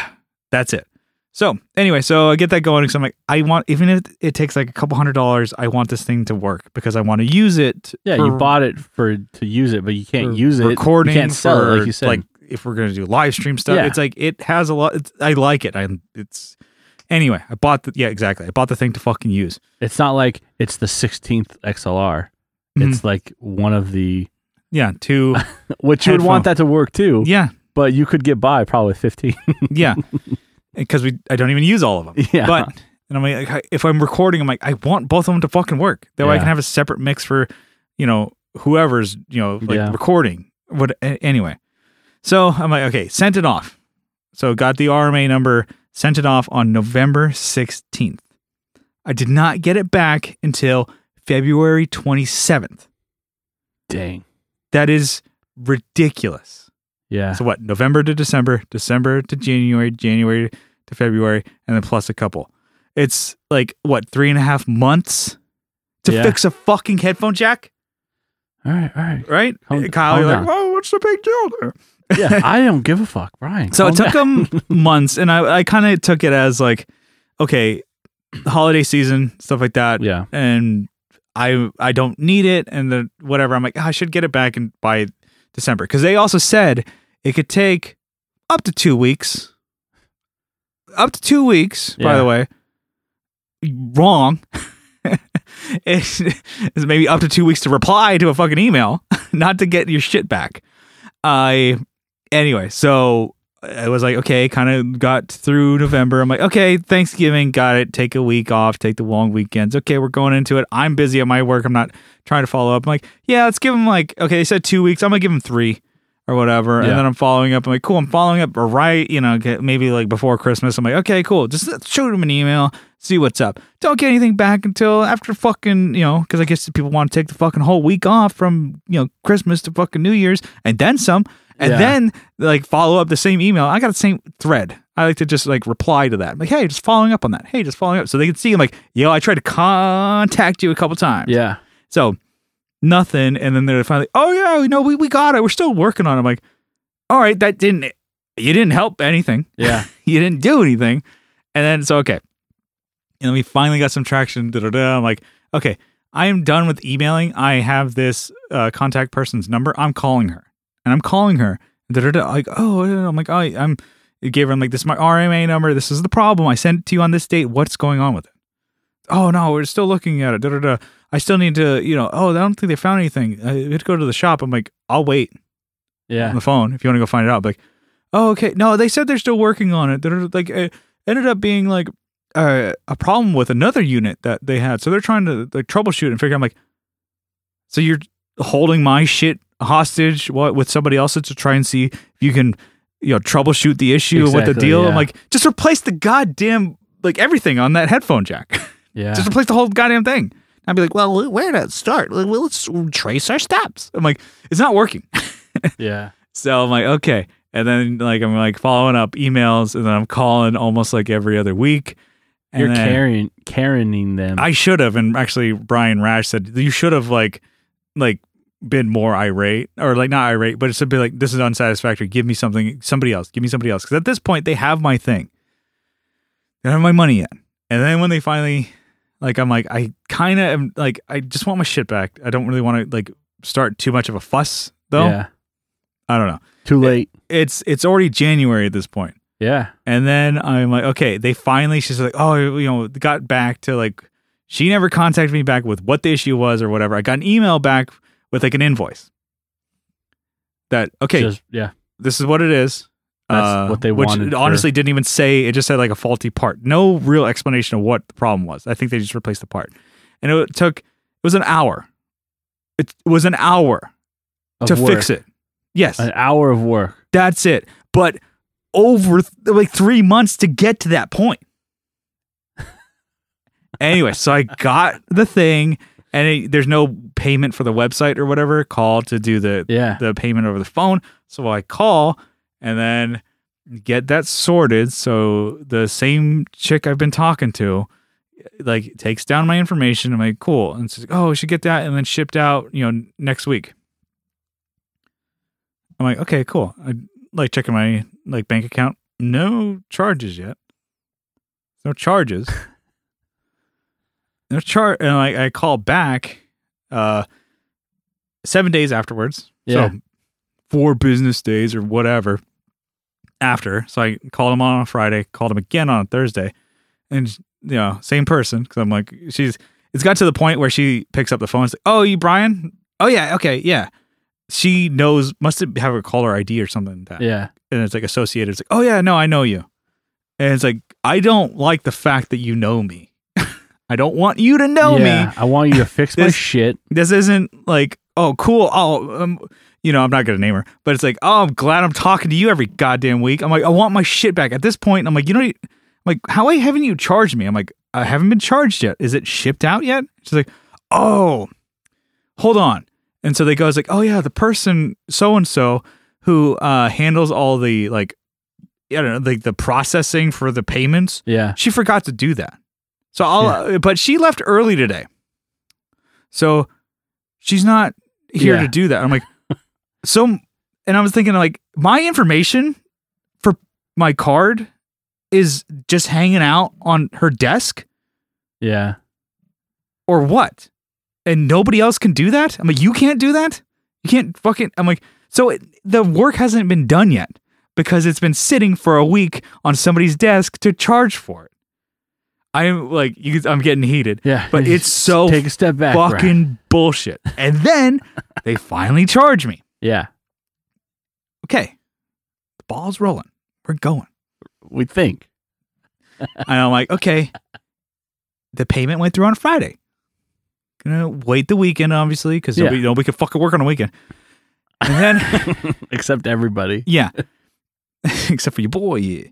S1: That's it. So anyway, so I get that going because I'm like, I want even if it takes like a couple hundred dollars, I want this thing to work because I want to use it.
S2: Yeah.
S1: for-
S2: you bought it for to use it, but you can't
S1: for
S2: use it.
S1: Recording
S2: You can't sell
S1: for,
S2: it, like you said.
S1: like, if we're gonna do live stream stuff,
S2: Yeah.
S1: it's like it has a lot. It's, I like it. I it's anyway. I bought the yeah exactly. I bought the thing to fucking use.
S2: it's not like it's the 16th XLR.
S1: Mm-hmm.
S2: It's like one of the
S1: Yeah, two.
S2: which you would want that to work too,
S1: yeah,
S2: but you could get by probably with 15.
S1: yeah. Because we I don't even use all of them.
S2: yeah.
S1: But and I'm like, I- if I'm recording, I'm like, I want both of them to fucking work. That way I
S2: Yeah.
S1: can have a separate mix for, you know, whoever's you know like
S2: Yeah.
S1: recording. What a- anyway? So I'm like, okay, sent it off. So got the RMA number, sent it off on November 16th. I did not get it back until February 27th.
S2: dang.
S1: That is ridiculous.
S2: Yeah.
S1: So what? November to December, December to January, January to February, and then plus a couple. It's like what three and a half months to
S2: Yeah.
S1: fix a fucking headphone jack,
S2: all right, all right.
S1: right?
S2: Calm-
S1: Kyle, you're
S2: calm
S1: like,
S2: down.
S1: oh, what's the big deal there?
S2: Yeah, I don't give a fuck, Brian.
S1: So
S2: calm
S1: it took them months, and I, I kind of took it as like, okay, holiday season stuff like that,
S2: down. Yeah.
S1: and I I don't need it, and the whatever. I'm like, "Ah, I should get it back and by December because they also said it could take up to two weeks, up to two weeks. By
S2: Yeah.
S1: the way, wrong. it's, it's maybe up to two weeks to reply to a fucking email, not to get your shit back. I anyway, so I was like, okay, kind of got through November. I'm like, okay, Thanksgiving, got it. Take a week off, take the long weekends. Okay, we're going into it. I'm busy at my work. I'm not trying to follow up. I'm like, yeah, let's give them like, okay, they said two weeks. I'm gonna give them three or whatever.
S2: Yeah.
S1: And then I'm following up. I'm like, cool, I'm following up right, you know, get- maybe like before Christmas. I'm like, okay, cool. Just uh, shoot them an email, see what's up. Don't get anything back until after fucking, you know, because I guess people want to take the fucking whole week off from, you know, Christmas to fucking New Year's and then some. And
S2: Yeah.
S1: then like follow up the same email. I got the same thread. I I like to just like reply to that. I'm like, hey, just following up on that. Hey, just following up. So they can see, I'm like, yo, I tried to contact you a couple times.
S2: Yeah.
S1: So nothing. And then they're finally, oh yeah, no, we, we got it. We're still working on it. I'm like, all right, that didn't you didn't help anything.
S2: Yeah.
S1: you didn't do anything. And then so okay. And then we finally got some traction. Da, da, da. I'm like, okay, I am done with emailing. I have this uh, contact person's number. I'm calling her. And I'm calling her. Da, da, da. Like, oh, I'm like, oh, I'm it gave her I'm like this is my RMA number. This is the problem. I sent it to you on this date. What's going on with it? Oh no, we're still looking at it. Da, da, da. I still need to, you know. Oh, I don't think they found anything. I had to go to the shop. I'm like, I'll wait on
S2: Yeah.
S1: the phone if you want to go find it out. Like, oh okay, no, they said they're still working on it. Da, da, da. Like, it ended up being like uh, a problem with another unit that they had, so they're trying to like troubleshoot and figure. I'm like, so you're holding my shit hostage what, with somebody else to try and see if you can, you know, troubleshoot the issue and what the
S2: Exactly,
S1: deal. I'm
S2: yeah.
S1: like, just replace the goddamn like everything on that headphone jack.
S2: Yeah.
S1: Just replace the whole goddamn thing. I'd be like, well, where to start? Well, let's trace our steps. I'm like, it's not working.
S2: yeah.
S1: So I'm like, okay. And then like I'm like following up emails and then I'm calling almost like every other week. And
S2: You're
S1: then
S2: carrying carrying them.
S1: I should have and actually Brian Rash said you should have like like been more irate or like not irate, but it should be like this is unsatisfactory. Give me something somebody else. Give me somebody else. Cuz at this point they have my thing. They don't have my money yet. And then when they finally like I'm like I kind of am like I just want my shit back. I don't really want to like start too much of a fuss though.
S2: Yeah.
S1: I don't know
S2: Too late.
S1: it's it's already January at this point.
S2: Yeah.
S1: And then I'm like, okay, they finally she's like, oh, you know, got back to like she never contacted me back with what the issue was or whatever. I got an email back with like an invoice. That okay,
S2: Just, yeah.
S1: this is what it is. Uh,
S2: That's what they
S1: which
S2: wanted
S1: it
S2: for-
S1: honestly didn't even say. It just said like a faulty part. No real explanation of what the problem was. I think they just replaced the part, and it took it was an hour. It was an hour
S2: Of
S1: to
S2: work.
S1: fix it. Yes,
S2: An hour of work.
S1: that's it. But over th- like three months to get to that point. anyway, so I got the thing, and it, there's no payment for the website or whatever call to do the
S2: Yeah.
S1: the payment over the phone. So I call and then get that sorted. So the same chick I've been talking to, like, takes down my information. I'm like, cool. And she's like, oh, we should get that and then shipped out, you know, next week. I'm like, okay, cool. I like checking my like bank account. No charges yet. No charges. no char. And like, I call back, uh, seven days afterwards.
S2: Yeah.
S1: So four business days or whatever after. So I called him on a Friday, called him again on a Thursday, and you know, same person. Cause I'm like, she's, it's got to the point where she picks up the phone. And like, oh, you Brian? Oh yeah. Okay. Yeah. She knows, must have a caller ID or something like that.
S2: Yeah.
S1: And it's like associated. It's like, oh yeah, no, I know you. And it's like, I don't like the fact that you know me. I don't want you to know me
S2: yeah. I want you to fix my
S1: This-
S2: shit.
S1: this isn't like oh cool oh um, you know i'm not gonna name her but it's like oh i'm glad i'm talking to you every goddamn week i'm like i want my shit back at this point i'm like you know I'm like how haven't you charged me i'm like i haven't been charged yet is it shipped out yet she's like oh hold on and so they go it's like oh yeah the person so and so who uh handles all the like i don't know like the processing for the payments
S2: Yeah.
S1: she forgot to do that. So I'll, uh, but she left early today. So she's not here
S2: Yeah.
S1: to do that. I'm like, so, and I was thinking, like, my information for my card is just hanging out on her desk
S2: Yeah.
S1: or what? And nobody else can do that? I'm like, you can't do that? You can't fucking. I'm like, so it, the work hasn't been done yet because it's been sitting for a week on somebody's desk to charge for it. I'm like, you, I'm getting heated.
S2: Yeah.
S1: But it's so
S2: take a step back. Brian.
S1: Fucking bullshit. And then they finally charge me.
S2: Yeah.
S1: Okay. The ball's rolling. We're going.
S2: We think.
S1: And I'm like, okay, the payment went through on Friday. Gonna wait the weekend, obviously, because
S2: Yeah.
S1: nobody, nobody could fucking work on a weekend. And then,
S2: Except everybody.
S1: yeah, except for your boy. yeah.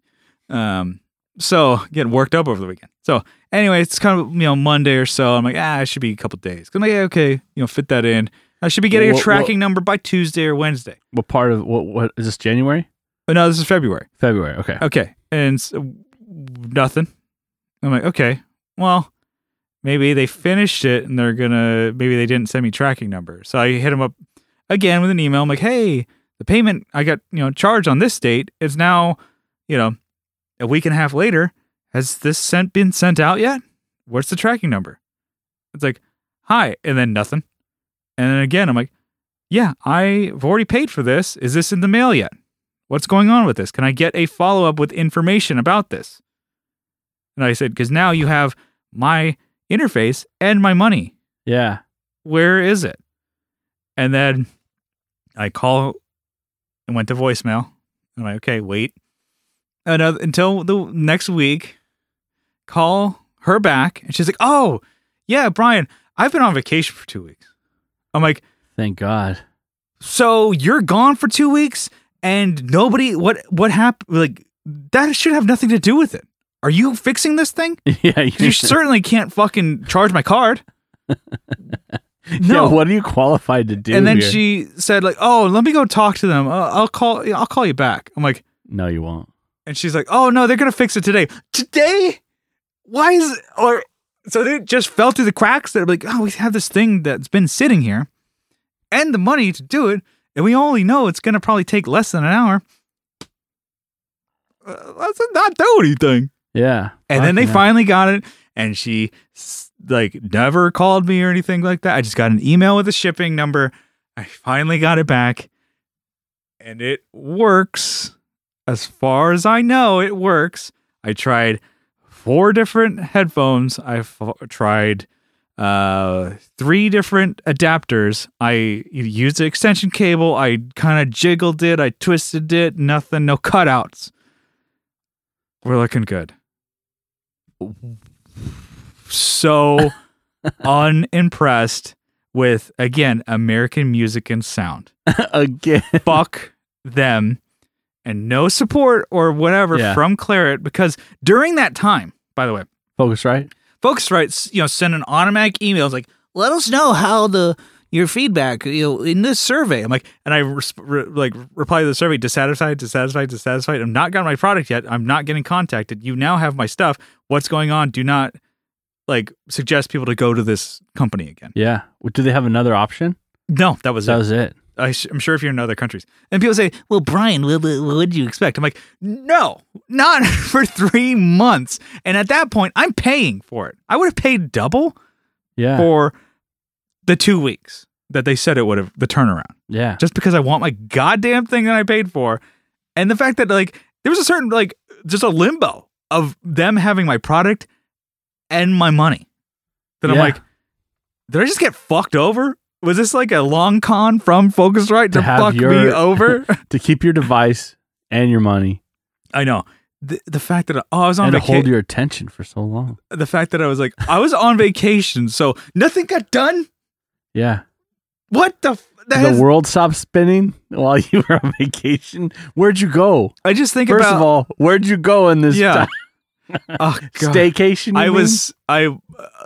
S1: Um, so getting worked up over the weekend. So anyway, it's kind of you know Monday or so. I'm like, ah, it should be a couple days. 'Cause I'm like, yeah, okay, you know, fit that in. I should be getting
S2: Wha-
S1: a
S2: wha-
S1: tracking number by Tuesday or Wednesday.
S2: What part of what? What is this? January?
S1: Oh, no, this is February.
S2: February. Okay.
S1: Okay. And so, nothing. I'm like, okay, well, maybe they finished it and they're going to, maybe they didn't send me tracking number. So I hit them up again with an email. I'm like, hey, the payment I got, you know, charged on this date is now, you know, a week and a half later. Has this sent been sent out yet? What's the tracking number? It's like, hi, and then nothing. And then again, I'm like, yeah, I've already paid for this. Is this in the mail yet? What's going on with this? Can I get a follow up with information about this? And I said, because now you have my interface and my money.
S2: Yeah.
S1: Where is it? And then I call and went to voicemail. I'm like, okay, wait another, until the next week. Call her back. And she's like, oh, yeah, Brian, I've been on vacation for two weeks. I'm like,
S2: Thank God.
S1: so you're gone for two weeks and nobody what what happened like that should have nothing to do with it are you fixing this thing
S2: yeah. You,
S1: you certainly can't fucking charge my card
S2: Yeah,
S1: no
S2: what are you qualified to do?
S1: and then
S2: here?
S1: she said like oh let me go talk to them uh, i'll call i'll call you back i'm like
S2: No, you won't.
S1: and she's like oh no they're gonna fix it today today why is or so they just fell through the cracks they're like oh we have this thing that's been sitting here and the money to do it and we only know it's gonna probably take less than an hour uh, let's not do anything
S2: Yeah.
S1: and then they
S2: Fucking hell.
S1: finally got it and she s- like never called me or anything like that i just got an email with a shipping number i finally got it back and it works as far as i know it works i tried four different headphones i f- tried uh three different adapters i used the extension cable i kind of jiggled it i twisted it nothing no cutouts we're looking good so unimpressed with again American music and sound.
S2: again.
S1: Fuck them and no support or whatever
S2: Yeah.
S1: from Claret because during that time, by the way,
S2: Focus right.
S1: Focusrite, s- you know, sent an automatic email. It's like, let us know how the your feedback, you know, in this survey. I'm like, and I res- re- like reply to the survey, dissatisfied, dissatisfied, dissatisfied. I'm not got my product yet. I'm not getting contacted. You now have my stuff. What's going on? Do not like suggest people to go to this company again.
S2: Yeah. Well, Do they have another option?
S1: No, that was
S2: That
S1: it.
S2: was it.
S1: I sh- I'm sure if you're in other countries. And people say, well, Brian, what, what, what did you expect? I'm like, no, not for three months. And at that point, I'm paying for it. I would have paid double
S2: Yeah.
S1: for the two weeks that they said it would have the turnaround
S2: yeah.
S1: just because I want my goddamn thing that I paid for. And the fact that like there was a certain like just a limbo of them having my product and my money. Then I'm
S2: Yeah.
S1: like, did I just get fucked over? Was this like a long con from Focusrite to,
S2: To have
S1: fuck me
S2: your-
S1: over?
S2: to keep your device and your money
S1: I know. The, the fact that oh, I was on
S2: and to
S1: vacation.
S2: hold your attention for so long.
S1: the fact that I was like, I was on vacation, so nothing got done.
S2: Yeah.
S1: What the? F- that
S2: the
S1: has-
S2: world stopped spinning while you were on vacation. Where'd you go?
S1: I just think
S2: First
S1: about.
S2: of all, where'd you go in this
S1: yeah.
S2: time?
S1: oh, God.
S2: staycation? you
S1: I
S2: mean?
S1: was I uh,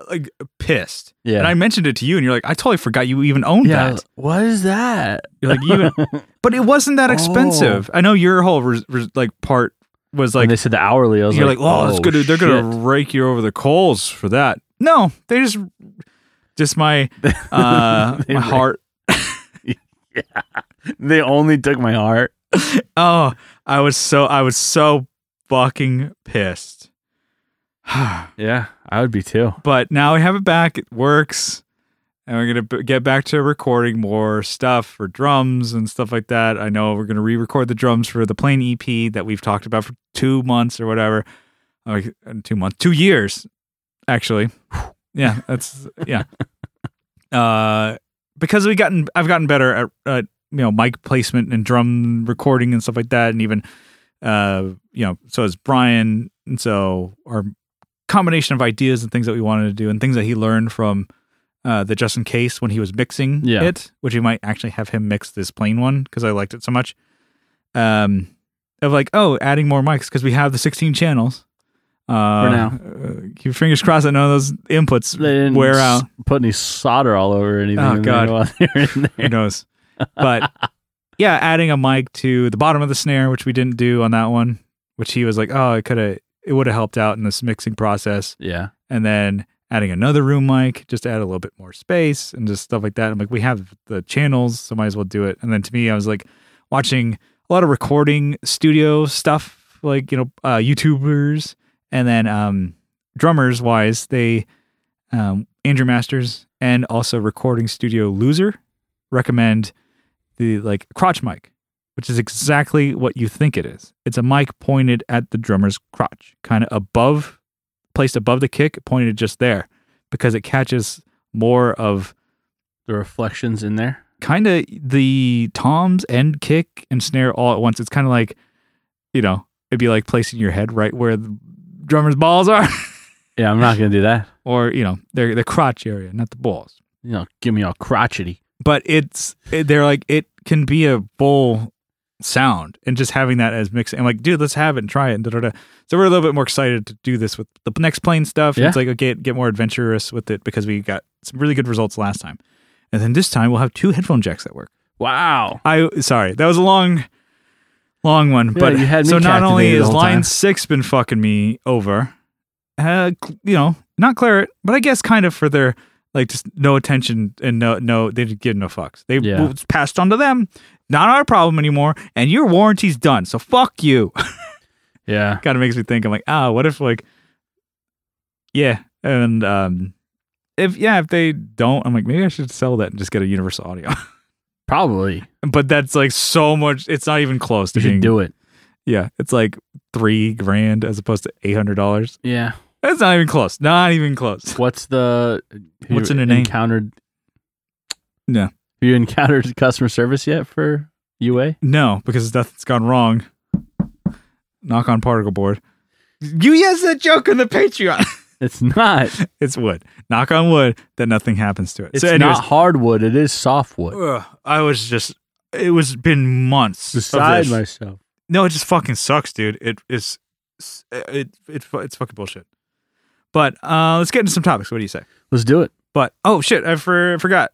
S1: like pissed,
S2: Yeah.
S1: and I mentioned it to you, and you're like, I totally forgot you even owned
S2: yeah. I
S1: that.
S2: was- What is that?
S1: You're like you, but it wasn't
S2: Oh.
S1: that expensive. I know your whole res, res, like part was
S2: When
S1: like
S2: they said the hourly, I was
S1: you're like,
S2: like,
S1: oh, it's gonna they're gonna
S2: shit."
S1: rake you over the coals for that. No, they just just my uh
S2: They
S1: my
S2: rake-
S1: heart.
S2: They only took my heart.
S1: Oh, I was so I was so fucking pissed.
S2: Yeah, I would be too.
S1: but now we have it back. It works. And we're going to b- get back to recording more stuff for drums and stuff like that. I know we're going to re record the drums for the plain EP that we've talked about for two months or whatever. Like, uh, two months, two years, actually. Yeah, that's, yeah. uh, because we gotten, I've gotten better at, at, you know, mic placement and drum recording and stuff like that. And even, uh, you know, so is Brian. And so our combination of ideas and things that we wanted to do and things that he learned from uh, the just in case when he was mixing
S2: Yeah.
S1: it, which we might actually have him mix this plain one because I liked it so much. Um, of like, oh, adding more mics because we have the 16 channels. Uh,
S2: For now.
S1: uh, keep your fingers crossed that none of those inputs
S2: They didn't
S1: wear
S2: s-
S1: out.
S2: put any solder all over or anything.
S1: Oh,
S2: in there
S1: God.
S2: while they were in
S1: Who
S2: there.
S1: knows? But yeah, adding a mic to the bottom of the snare, which we didn't do on that one, which he was like, oh, it could have, it would have helped out in this mixing process.
S2: Yeah.
S1: And then adding another room mic just to add a little bit more space and just stuff like that. I'm like, we have the channels, so might as well do it. And then to me, I was like watching a lot of recording studio stuff, like, you know, uh, YouTubers and then um, drummers wise, they, um, Andrew Masters and also recording studio loser recommend the like crotch mic, which is exactly what you think it is. It's a mic pointed at the drummer's crotch, kind of above, placed above the kick, pointed just there, because it catches more of
S2: The reflections in there.
S1: kind of the toms and kick and snare all at once. It's kind of like, you know, it'd be like placing your head right where the drummer's balls are,
S2: Yeah, I'm not gonna do that.
S1: or you know, their the crotch area, not the balls.
S2: You know, give me all crotchety.
S1: but it's it- they're like it can be a bowl sound and just having that as mixing. I'm like, dude, let's have it and try it. And da, da, da. So we're a little bit more excited to do this with the next plane stuff.
S2: Yeah.
S1: It's like okay, get more adventurous with it because we got some really good results last time, and then this time we'll have two headphone jacks that work.
S2: Wow.
S1: I sorry, that was a long, long one. but
S2: you had me
S1: so not only
S2: captivated the
S1: is
S2: whole
S1: line
S2: time.
S1: six been fucking me over, uh, cl- you know, not Claret, but I guess kind of for their like just no attention and no no they didn't give no fucks. They
S2: Yeah.
S1: well, it's passed on to them. Not our problem anymore, and your warranty's done. So fuck you.
S2: Yeah.
S1: kind of makes me think. I'm like, ah, what if like, yeah, and um, if yeah, if they don't, I'm like, maybe I should sell that and just get a Universal Audio
S2: Probably.
S1: but that's like so much. It's not even close to
S2: You
S1: being.
S2: should do it.
S1: Yeah, it's like three grand as opposed to eight hundred dollars.
S2: Yeah.
S1: That's not even close. Not even close.
S2: What's the have
S1: What's
S2: you
S1: in a name?
S2: encountered
S1: No.
S2: Have you encountered customer service yet for UA?
S1: No, because nothing's gone wrong. Knock on particle board. You yes that joke on the Patreon.
S2: It's not.
S1: it's wood. Knock on wood that nothing happens to it.
S2: It's
S1: so anyways, Oh,
S2: not hardwood, it is softwood.
S1: ugh, I was just. It was been months. of
S2: Beside
S1: this.
S2: myself.
S1: No, it just fucking sucks, dude. It is. It, it it's fucking bullshit. But uh, let's get into some topics. What do you say?
S2: Let's do it.
S1: But oh shit, I for, forgot.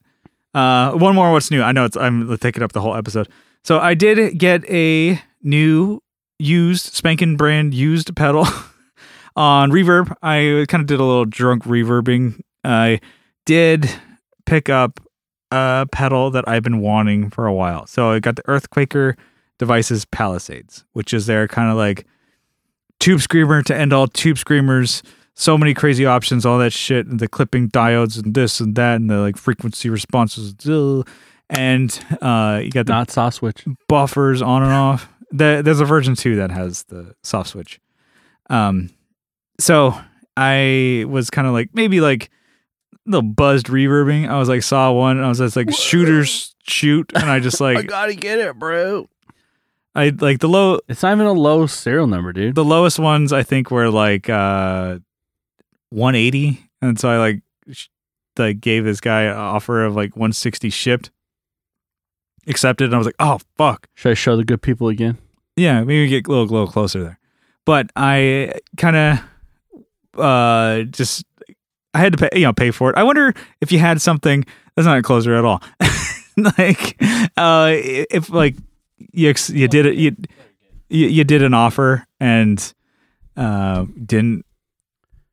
S1: Uh, one more. What's new? I know it's. I'm taking up the whole episode. So I did get a new used spanking brand used pedal on reverb. I kind of did a little drunk reverbing. I did pick up a pedal that I've been wanting for a while. So I got the Earthquaker Devices Palisades, which is their kind of like tube screamer to end all tube screamers. So many crazy options, all that shit, and the clipping diodes and this and that, and the like frequency responses. ugh. And uh, you got the
S2: Not soft switch.
S1: buffers on and off. There, there's a version two that has the soft switch. Um, so I was kind of like maybe like a little buzzed reverbing. I was like saw one and I was just like shooters shoot, and I just like
S2: gotta get it, bro.
S1: I like the low
S2: It's not even a low serial number, dude.
S1: the lowest ones I think were like uh 180, and so I like sh- like gave this guy an offer of like 160 shipped, accepted, and I was like oh fuck.
S2: Should I show the good people again?
S1: Yeah, maybe get a little, little closer there. But I kind of uh just I had to pay, you know, pay for it. I wonder if you had something that's not a closer at all. like uh if like you ex- you did it you, you you did an offer and uh didn't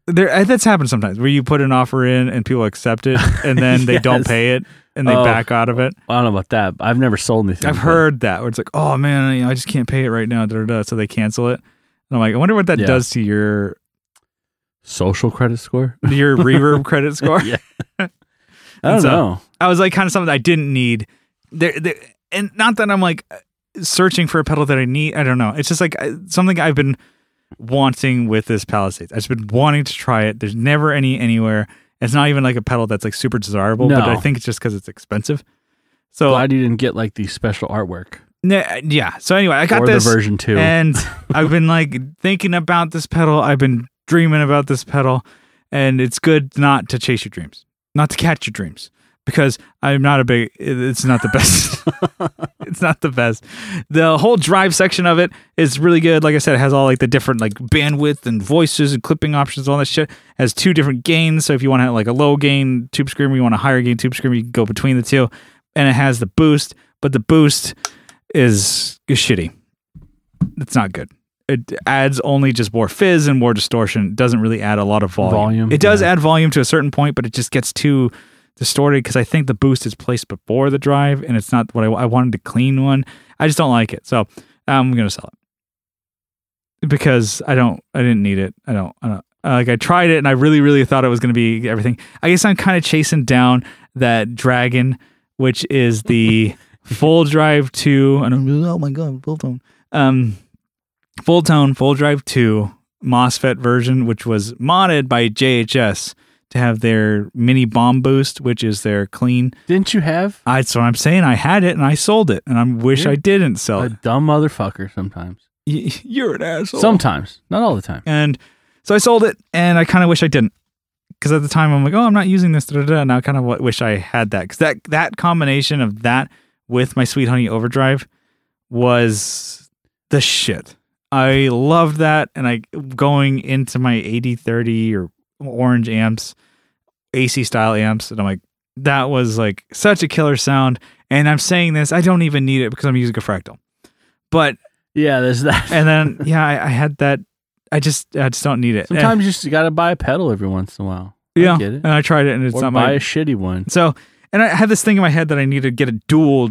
S1: there uh, that's happened sometimes where you put an offer in and people accept it and then they don't
S2: Yes.
S1: pay it and they
S2: Oh.
S1: back out of it.
S2: I don't know about that. I've never sold anything.
S1: I've
S2: but-
S1: heard that where it's like, oh man, I I just can't pay it right now, da, da, da, so they cancel it. And I'm like, I wonder what that
S2: Yeah.
S1: does to your
S2: social credit score.
S1: your reverb credit score.
S2: Yeah. I don't
S1: So-
S2: know.
S1: I was like, kind of something I didn't need. There, there, and not that I'm like searching for a pedal that I need. I don't know. It's just like I- something I've been wanting with this Palisades. I've just been wanting to try it. There's never any anywhere. It's not even like a pedal that's like super desirable, but
S2: No.
S1: I think it's just because it's expensive. So
S2: Glad you didn't get like the special artwork
S1: n- yeah. So anyway, I got
S2: or
S1: this.
S2: the version two.
S1: And I've been like thinking about this pedal. I've been dreaming about this pedal. And it's good not to chase your dreams, not to catch your dreams, because I'm not a big, it- it's not the best. it's not the best. The whole drive section of it is really good. Like I said, it has all like the different like bandwidth and voices and clipping options, all that shit. has two different gains. So if you want to have like a low gain tube screamer, you want a higher gain tube screamer, you can go between the two. And it has the boost, but the boost is is shitty. It's not good. It adds only just more fizz and more distortion. It doesn't really add a lot of volume.
S2: Volume,
S1: it does
S2: yeah.
S1: add volume to a certain point, but it just gets too distorted because I think the boost is placed before the drive, and it's not what I, I wanted. A clean one. I just don't like it, so I'm gonna sell it because I don't. I didn't need it. I don't. I don't. Uh, like I tried it, and I really, really thought it was gonna be everything. I guess I'm kind of chasing down that dragon, which is the full drive two. And I'm oh my god, full tone. Um, full tone, full drive two MOSFET version, which was modded by JHS to have their mini bomb boost, which is their clean.
S2: Didn't you have
S1: I so I'm saying I had it and I sold it, and I wish
S2: You're
S1: I didn't sell
S2: a
S1: it.
S2: dumb motherfucker sometimes?
S1: Y- You're an asshole.
S2: Sometimes, not all the time.
S1: And so I sold it, and I kind of wish I didn't. Because at the time I'm like, oh, I'm not using this. Da, da, da. And I kind of wish I had that. Because that, that combination of that with my Sweet Honey Overdrive was the shit. I loved that. And I going into my 8030 or orange amps, AC style amps. And I'm like, that was like such a killer sound. And I'm saying this, I don't even need it because I'm using a fractal. But
S2: Yeah, there's that.
S1: and then yeah, I, I had that. I just I just don't need it.
S2: sometimes you just gotta buy a pedal every once in a while.
S1: and, yeah,
S2: get it.
S1: and I tried it, and it's
S2: or
S1: not
S2: buy
S1: my
S2: a shitty one.
S1: so. And I had this thing in my head that I need to get a dual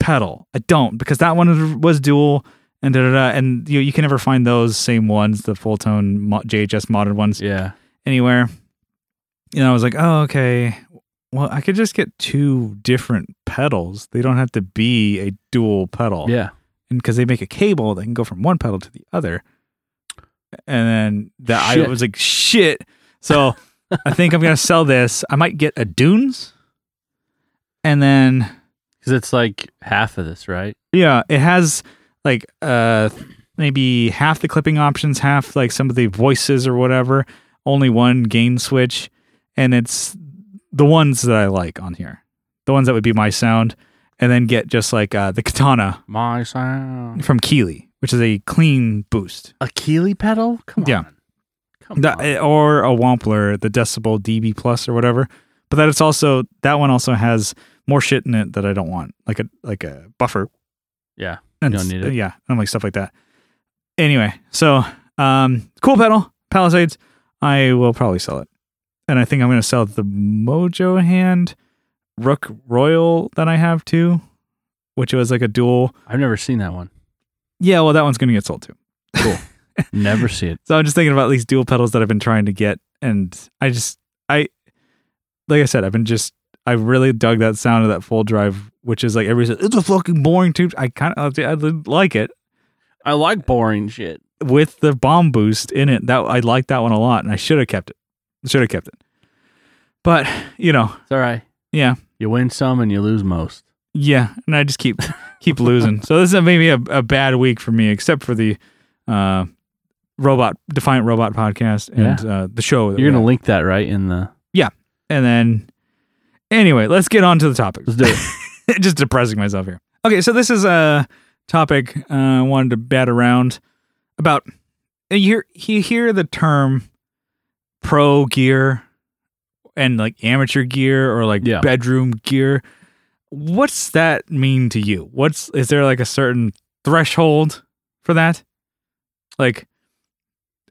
S1: pedal. I don't because that one was- was dual, and da da da. And you you can never find those same ones, the full tone mo- JHS modded ones
S2: Yeah,
S1: anywhere. And I was like, oh okay, well I could just get two different pedals. They don't have to be a dual pedal.
S2: yeah.
S1: and because they make a cable that can go from one pedal to the other. And then that I
S2: Shit.
S1: was like, shit. So I think I'm gonna sell this. I might get a Dunes, and then
S2: Because it's like half of this, right?
S1: yeah, it has like uh maybe half the clipping options, half like some of the voices or whatever. Only one gain switch, and it's the ones that I like on here, the ones that would be my sound, and then get just like uh, the Katana
S2: My sound.
S1: from Keeley, which is a clean boost.
S2: A Keeley pedal? Come on.
S1: Yeah. eh.
S2: Come
S1: The-
S2: on.
S1: or a Wampler, the Decibel DB Plus or whatever. But that it's also that one also has more shit in it that I don't want, like a like a buffer.
S2: Yeah,
S1: and
S2: don't
S1: s-
S2: need it.
S1: Yeah, and like stuff like that. Anyway, so um, cool pedal, Palisades. I will probably sell it, and I think I'm going to sell the Mojo Hand Rook Royal that I have too, which was like a dual.
S2: I've never seen that one.
S1: Yeah, well, that one's going to get sold too.
S2: Never see it.
S1: So I'm just thinking about these dual pedals that I've been trying to get, and I just I like I said, I've been just I really dug that sound of that full drive, which is like everybody says it's a fucking boring tube. I kind of I did like it
S2: I like boring shit.
S1: with the bomb boost in it. That I liked that one a lot, and I should have kept it. Should have kept it, but you know,
S2: It's all right.
S1: Yeah.
S2: You win some and you lose most.
S1: yeah, and I just keep keep losing. So this is maybe a, a bad week for me, except for the uh, robot defiant robot podcast and uh, the show. that we
S2: You're
S1: have.
S2: gonna link that right in the.
S1: And then, anyway, let's get on to the topic.
S2: Let's do it.
S1: Just depressing myself here. Okay, so this is a topic uh, I wanted to bat around about. You hear, you hear the term pro gear and like amateur gear or like
S2: Yeah.
S1: bedroom gear. What's that mean to you? What's is there like a certain threshold for that? Like,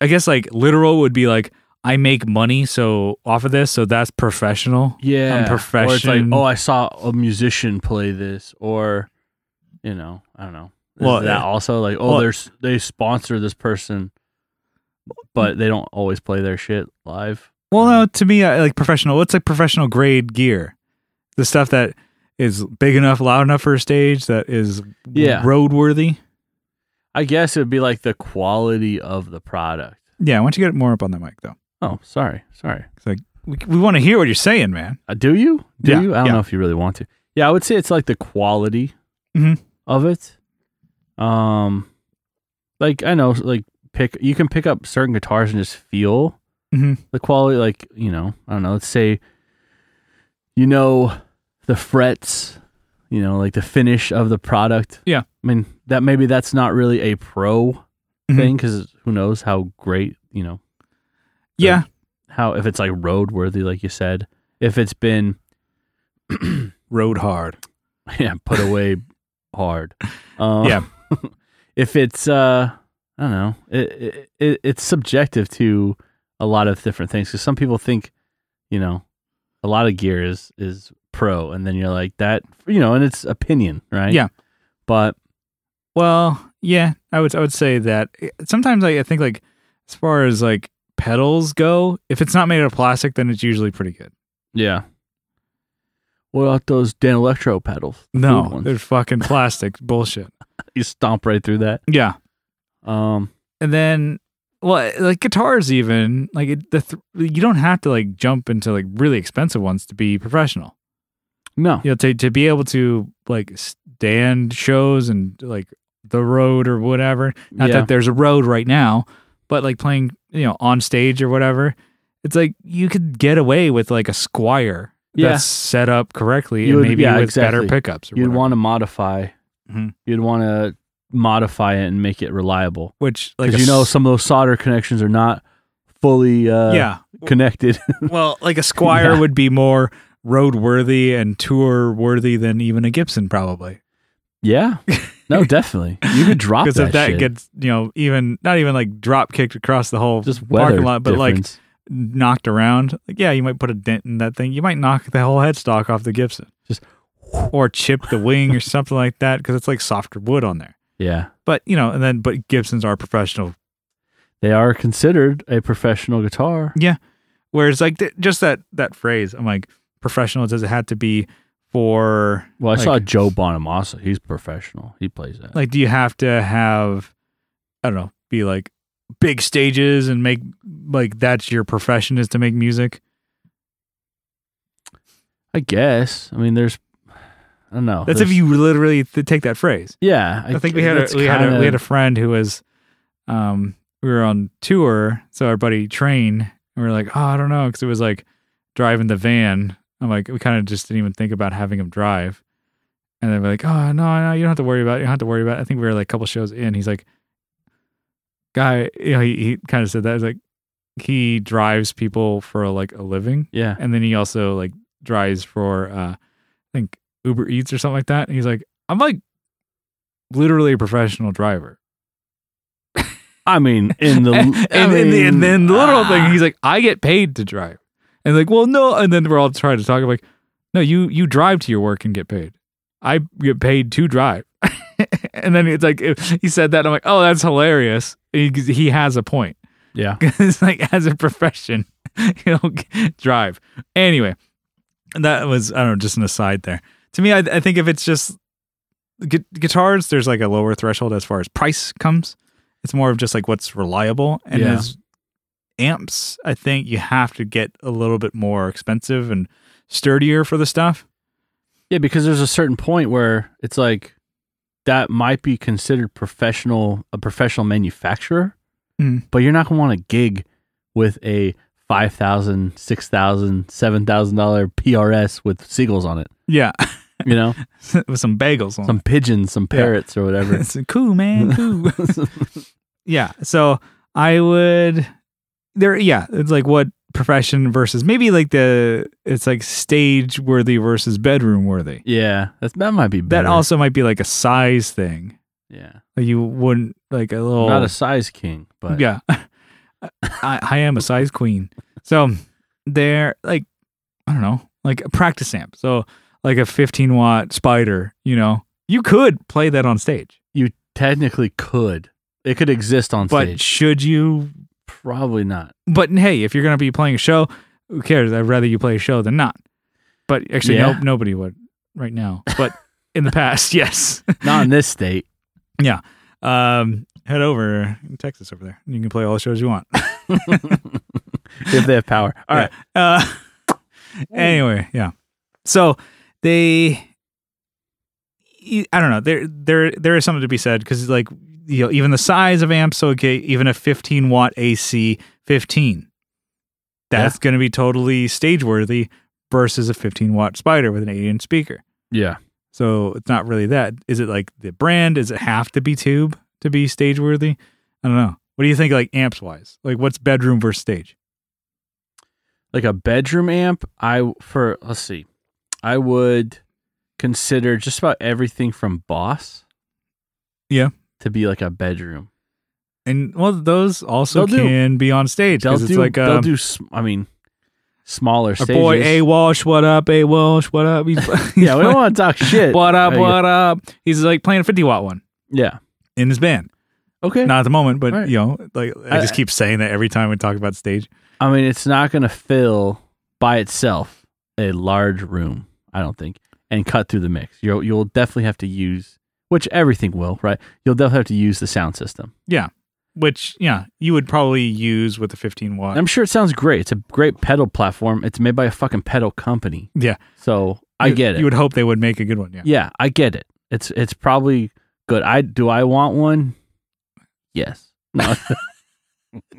S1: I guess like literal would be like I make money so off of this, so that's professional.
S2: yeah. Or it's like,
S1: profession.
S2: oh, I saw a musician play this, or you know, I don't know. Is
S1: Well,
S2: that
S1: uh,
S2: also like, oh,
S1: well-
S2: there's they sponsor this person, but they don't always play their shit live.
S1: Well, no, to me, I like professional. What's like professional grade gear? The stuff that is big enough, loud enough for a stage that is
S2: Yeah.
S1: roadworthy.
S2: I guess it would be like the quality of the product.
S1: Yeah, why don't you get more up on that mic though?
S2: Oh, sorry, sorry.
S1: We, we want to hear what you're saying, man.
S2: Uh, do you? Do
S1: Yeah,
S2: you? I don't
S1: yeah.
S2: know if you really want to. Yeah, I would say it's like the quality
S1: Mhm.
S2: of it. Um, like I know, like pick you can pick up certain guitars and just feel
S1: Mhm.
S2: the quality. Like you know, I don't know. Let's say you know the frets. You know, like the finish of the product.
S1: Yeah.
S2: I mean that maybe that's not really a pro
S1: Mhm.
S2: thing because who knows how great you know
S1: Yeah,
S2: how if it's like roadworthy, like you said, if it's been
S1: road hard.
S2: yeah, put away hard. Um,
S1: Yeah.
S2: if it's uh, I don't know, it, it, it it's subjective to a lot of different things because some people think, you know, a lot of gear is is pro, and then you're like that, you know, and it's opinion, right?
S1: Yeah.
S2: But
S1: Well, yeah, I would I would say that eh, sometimes I, I think like as far as like pedals go, if it's not made out of plastic, then it's usually pretty good.
S2: yeah. What about those Dan Electro pedals? The food
S1: No,
S2: ones?
S1: there's fucking plastic bullshit.
S2: you stomp right through that.
S1: Yeah,
S2: Um,
S1: and then well, like guitars even like it, the th- you don't have to like jump into like really expensive ones to be professional.
S2: no,
S1: you know to, to be able to like stand shows and like the road or whatever not
S2: Yeah.
S1: that there's a road right now but like playing you know on stage or whatever it's like you could get away with like a squire
S2: Yeah.
S1: that's set up correctly
S2: You
S1: and
S2: would-
S1: maybe
S2: yeah,
S1: with
S2: exactly.
S1: better pickups or
S2: you'd
S1: whatever.
S2: want to modify.
S1: Mhm.
S2: You'd want to modify it and make it reliable.
S1: which like
S2: because
S1: a
S2: you know
S1: s-
S2: some of those solder connections are not fully uh,
S1: yeah
S2: connected.
S1: well like a squire
S2: Yeah.
S1: would be more roadworthy and tour worthy than even a gibson probably
S2: yeah, no, definitely. You could drop
S1: because
S2: that,
S1: if that
S2: shit.
S1: gets you know even not even like drop kicked across the whole
S2: just weather
S1: parking lot but like
S2: difference.
S1: knocked around. Like, yeah, you might put a dent in that thing. You might knock the whole headstock off the Gibson,
S2: Just-
S1: or chip the wing or something like that because it's like softer wood on there.
S2: yeah,
S1: But you know, and then but Gibsons are professional.
S2: they are considered a professional guitar.
S1: Whereas like th- just that that phrase, I'm like professional. Does it have to be for?
S2: Well, I
S1: like,
S2: saw Joe Bonamassa. He's professional. He plays that.
S1: Like, do you have to have? I don't know. Be like big stages and make like that's your profession is to make music.
S2: I guess. I mean, there's. I don't know.
S1: That's
S2: There's-
S1: if you literally th- take that phrase.
S2: Yeah,
S1: I think we had a,
S2: that's
S1: we had a,
S2: kinda-
S1: we had a friend who was, um, we were on tour, so our buddy train, and we were like, oh, I don't know, because it was like driving the van. I'm like, we kind of just didn't even think about having him drive, and then we're like, oh no, no, you don't have to worry about, it. you don't have to worry about. It. I think we were like a couple shows in. He's like, guy, you know, he, he kind of said that. He's like, he drives people for like a living,
S2: yeah.
S1: and then he also like drives for uh I think Uber Eats or something like that. And he's like, I'm like literally a professional driver.
S2: I mean, in the
S1: and,
S2: I
S1: and,
S2: mean,
S1: and then the little
S2: ah.
S1: thing, he's like, I get paid to drive. And like, well, no. And then we're all trying to talk like, no, you you drive to your work and get paid. I get paid to drive. and then it's like he said that. I'm like, oh, that's hilarious. He, he has a point.
S2: yeah.
S1: It's like as a profession, you know, drive. Anyway, that was I don't know, just an aside there. To me, I, I think if it's just gu- guitars, there's like a lower threshold as far as price comes. It's more of just like what's reliable, and
S2: Yeah.
S1: as amps, I think you have to get a little bit more expensive and sturdier for the stuff.
S2: Yeah, because there's a certain point where it's like that might be considered professional, a professional manufacturer,
S1: Mm.
S2: but you're not going to want to gig with a five thousand, six thousand, seven thousand dollar PRS with seagulls on it.
S1: Yeah,
S2: You know,
S1: with some bagels on.
S2: some pigeons, some
S1: Yeah.
S2: parrots, or
S1: it.
S2: whatever.
S1: It's cool, man. Cool. yeah so i would there yeah it's like what profession versus maybe like the it's like stage worthy versus bedroom worthy
S2: yeah, that's, that might be better.
S1: that also might be like a size thing
S2: yeah,
S1: like you wouldn't like a
S2: I'm
S1: little
S2: not a size king, but
S1: yeah I, I am a size queen so they're like i don't know like a practice amp so like a 15 watt spider you know you could play that on stage
S2: you technically could. It could exist on
S1: but
S2: stage.
S1: should you
S2: Probably not.
S1: But hey, if you're gonna be playing a show, who cares? I'd rather you play a show than not. But actually,
S2: Yeah.
S1: no, nobody would right now. But in the past, yes.
S2: Not in this state.
S1: Um, head over in Texas over there. You can play all the shows you want.
S2: if they have power. All
S1: Yeah.
S2: right.
S1: Uh, anyway, yeah. So they, e, I don't know. There, there, there is something to be said because like you know, even the size of amps. So okay, even a 15 watt AC 15, that's going to be totally stage worthy versus a 15 watt Spider with an 8 inch speaker.
S2: Yeah.
S1: So it's not really that. Is it like the brand? Does it have to be tube to be stage worthy? I don't know. What do you think, like amps wise? Like what's bedroom versus stage?
S2: like a bedroom amp i for let's see i would consider just about everything from Boss.
S1: Yeah.
S2: To be like a bedroom.
S1: And well, those also
S2: They'll do-
S1: can be on stage
S2: They'll
S1: because
S2: do,
S1: it's like
S2: they'll
S1: um,
S2: do, s- I mean, smaller
S1: our
S2: stages.
S1: boy A Walsh. What up, A Walsh? What up? He's,
S2: yeah, we don't want to talk shit.
S1: what up?
S2: Oh, yeah.
S1: What up? He's like playing a fifty watt one
S2: Yeah.
S1: in his band.
S2: Okay.
S1: Not at the moment, but
S2: All right.
S1: you know, like I,
S2: I-
S1: just keep saying that every time we talk about stage.
S2: I mean, it's not going to fill by itself a large room, I don't think, and cut through the mix. You'll you'll definitely have to use, which everything will, right? You'll definitely have to use the sound system.
S1: Which yeah, you would probably use with a fifteen watt.
S2: I'm sure it sounds great. It's a great pedal platform. It's made by a fucking pedal company.
S1: Yeah.
S2: So I
S1: You-
S2: get it.
S1: You would hope they would make a good one. Yeah.
S2: yeah, I get it. It's it's probably good. I do I want one? Yes. No.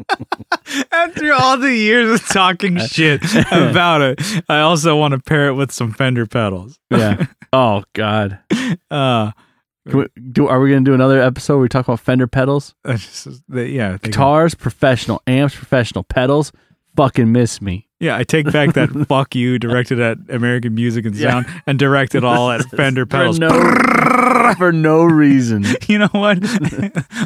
S1: After all the years of talking shit about it, I also want to pair it with some Fender pedals.
S2: yeah. Oh God.
S1: Uh,
S2: Can we, do are we gonna do another episode where we talk about fender pedals?
S1: I just- they- yeah, they-
S2: Guitars, professional, amps, professional, pedals, fucking miss me.
S1: yeah. I take back that "fuck you" directed at American music and
S2: Yeah.
S1: sound, and directed all at Fender pedals.
S2: For no, for no reason. You
S1: You know what?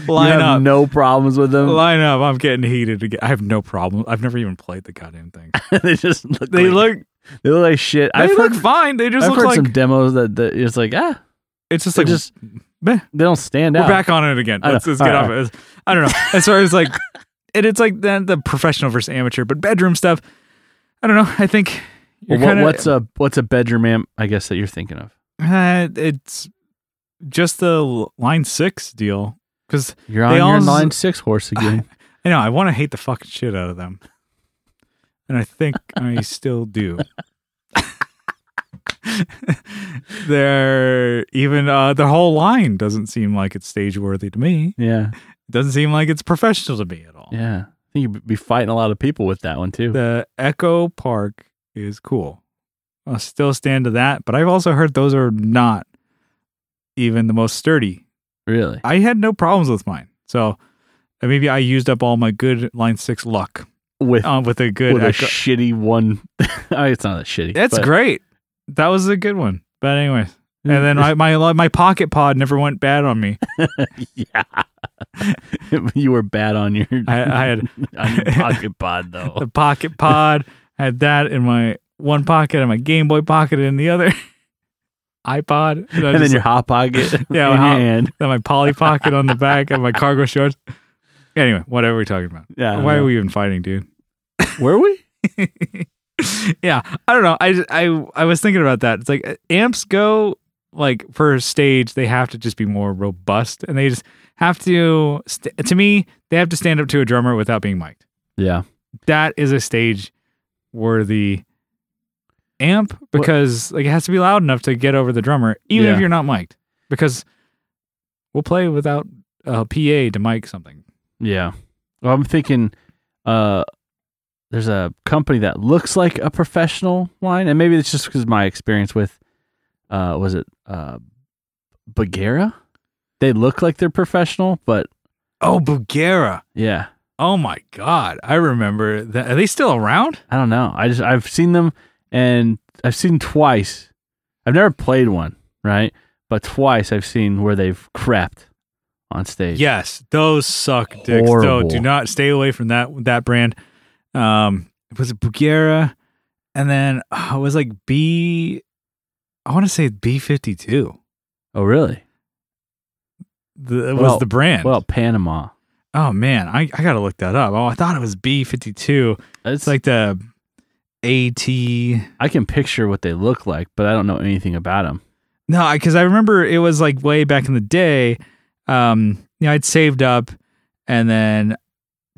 S1: Line
S2: have
S1: up.
S2: no problems with them.
S1: Line up. I'm getting heated again. I have no problem. I've never even played the goddamn thing.
S2: they just look
S1: They
S2: like,
S1: look.
S2: they look like shit.
S1: They
S2: I've
S1: look
S2: heard,
S1: fine. They just
S2: I've
S1: look
S2: heard
S1: like
S2: some demos that, that it's like ah,
S1: it's just
S2: they
S1: like
S2: just
S1: meh.
S2: they don't stand
S1: We're
S2: out.
S1: back on it again.
S2: I know.
S1: Let's, let's
S2: All
S1: get
S2: right,
S1: off it. It's- I don't know. As far as like, and it's like the, the professional versus amateur, but bedroom stuff. I don't know. I think
S2: Well,
S1: you're
S2: what,
S1: kinda,
S2: what's a what's a bedroom amp? I guess that you're thinking of.
S1: uh, it's just the l- line six deal because
S2: You're
S1: They
S2: on your
S1: all-
S2: line six horse again.
S1: I know I want to hate the fucking shit out of them, and I think I still do. They're even uh, the whole line doesn't seem like it's stage worthy to me.
S2: yeah,
S1: doesn't seem like it's professional to me at all.
S2: yeah. I think you'd be fighting a lot of people with that one too.
S1: the Echo Park is cool. I'll still stand to that, but I've also heard those are not even the most sturdy.
S2: really?
S1: I had no problems with mine, so uh, maybe I used up all my good Line Six luck
S2: With
S1: um, with a good
S2: with a
S1: Echo.
S2: shitty one. oh, it's not that shitty.
S1: That's
S2: but-
S1: great. That was a good one. But anyway, and
S2: Mm.
S1: then I, my my pocket pod never went bad on me.
S2: yeah, you were bad on your
S1: I, I had
S2: on your pocket pod though.
S1: the pocket pod. I had that in my one pocket and my Game Boy pocket in the other iPod. I
S2: And then
S1: just-
S2: your hot pocket in
S1: my
S2: your
S1: hot-
S2: hand.
S1: Then my poly pocket on the back of my cargo shorts. Anyway, whatever we're talking about.
S2: Yeah.
S1: Why are we even fighting, dude?
S2: Were we?
S1: yeah, I don't know. I, I I was thinking about that. It's like uh, amps go like for stage, they have to just be more robust, and they just have to. St- to me, they have to stand up to a drummer without being mic'd.
S2: Yeah.
S1: That is a stage worthy amp because like it has to be loud enough to get over the drummer, even
S2: Yeah.
S1: if you're not mic'd. Because we'll play without a PA to mic something.
S2: Yeah. Well, I'm thinking uh there's a company that looks like a professional line and maybe it's just cuz my experience with uh was it uh Bagheera? They look like they're professional, but
S1: Oh, Bugera.
S2: yeah.
S1: Oh my God. I remember that. Are they still around?
S2: I don't know. I just I've seen them and I've seen twice. I've never played one, right? But twice I've seen where they've crept on stage.
S1: Yes. Those suck dicks.
S2: Horrible.
S1: Though. Do not stay away from that that brand. Um, it was Bugera. And then uh, it was like B, I want to say B52
S2: Oh, really?
S1: the, it
S2: Well-
S1: was the brand.
S2: Well, Panama.
S1: oh man, I, I got to look that up. Oh, I thought it was B52.
S2: It's
S1: It's like the AT.
S2: I can picture what they look like, but I don't know anything about them.
S1: No, because I remember it was like way back in the day. Um, you know, I'd saved up, and then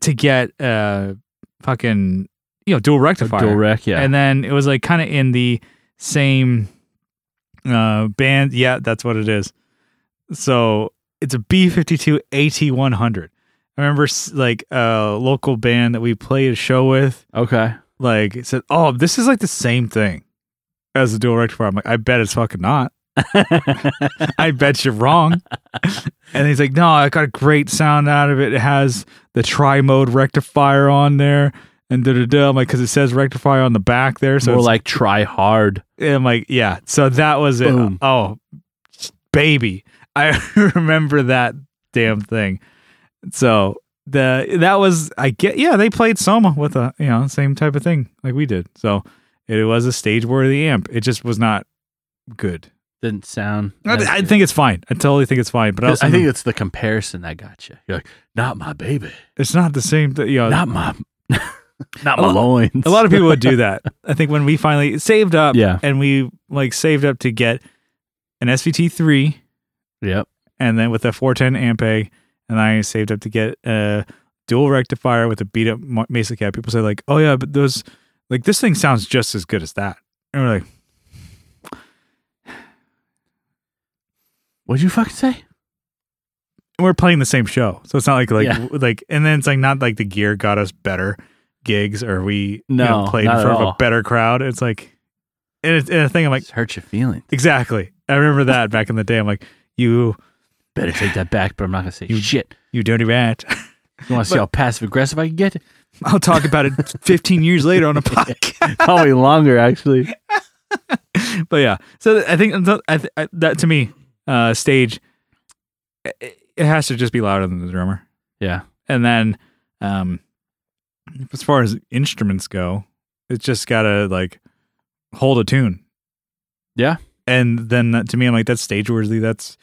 S1: to get uh, fucking you know dual rectifier,
S2: Dual rec, yeah.
S1: and then it was like kind of in the same uh band. Yeah, that's what it is. So it's a B fifty two AT one hundred. I remember s- like a local band that we played a show with,
S2: okay.
S1: like it said, "Oh, this is like the same thing." As a dual rectifier, I'm like, I bet it's fucking not. I bet you're wrong. and he's like, no, I got a great sound out of it. It has the tri mode rectifier on there. and da da da. I'm like, because it says rectify on the back there, so
S2: More
S1: it's,
S2: like try hard.
S1: I'm like, yeah. So that was it.
S2: Boom.
S1: Oh, baby, I remember that damn thing. So the that was I get yeah they played Soma with a you know same type of thing like we did. So it was a stage worthy amp. It just was not good.
S2: Didn't sound.
S1: I, I think it's fine. I totally think it's fine. But I,
S2: I
S1: also
S2: think it's the comparison that got you. You're like, not my baby,
S1: it's not the same. Th- you know,
S2: not my, not
S1: A
S2: my
S1: lot-
S2: loins.
S1: a lot of people would do that. I think when we finally saved up,
S2: Yeah.
S1: and we like saved up to get an SVT three.
S2: Yep.
S1: and then with a 410 amp egg, and I saved up to get a dual rectifier with a beat up mo- Mesa cab. People say like, "Oh yeah, but those like this thing sounds just as good as that." And we're like,
S2: What'd you fucking say?
S1: we're playing the same show, so it's not like like
S2: Yeah.
S1: w- like. And then it's like not like the gear got us better gigs or we you know,
S2: No,
S1: played in
S2: not at
S1: front of a
S2: all.
S1: better crowd. It's like, and, it's, and a thing I'm like,
S2: It's hurt your feelings.
S1: exactly. I remember that back in the day. I'm like, you
S2: Better take that back, but I'm not gonna say
S1: You-
S2: shit.
S1: you dirty rat.
S2: You want to see
S1: But-
S2: how passive aggressive I can get?
S1: I'll talk about it 15 years later on a podcast.
S2: Probably longer, actually.
S1: but yeah, so th- I think th- I th- I- that to me, uh, stage, i- i- it has to just be louder than the drummer.
S2: Yeah.
S1: And then, um, as far as instruments go, it's just gotta like hold a tune.
S2: Yeah.
S1: And then that, to me, I'm like, that's stage worthy. That's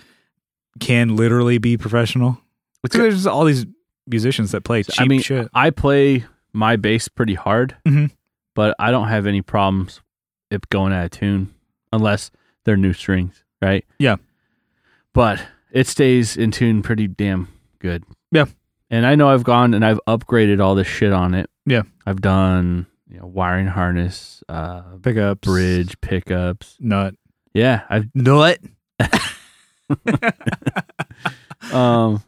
S1: can literally be professional.
S2: What's
S1: 'Cause there's just all these musicians that play cheap
S2: I mean,
S1: shit.
S2: I play my bass pretty hard,
S1: Mhm.
S2: but I don't have any problems if going out of tune unless they're new strings, right?
S1: Yeah.
S2: But it stays in tune pretty damn good.
S1: Yeah.
S2: And I know I've gone and I've upgraded all this shit on it.
S1: Yeah.
S2: I've done you know, wiring harness, uh,
S1: Pickups,
S2: bridge, pickups.
S1: nut,
S2: Yeah, I've
S1: nut.
S2: um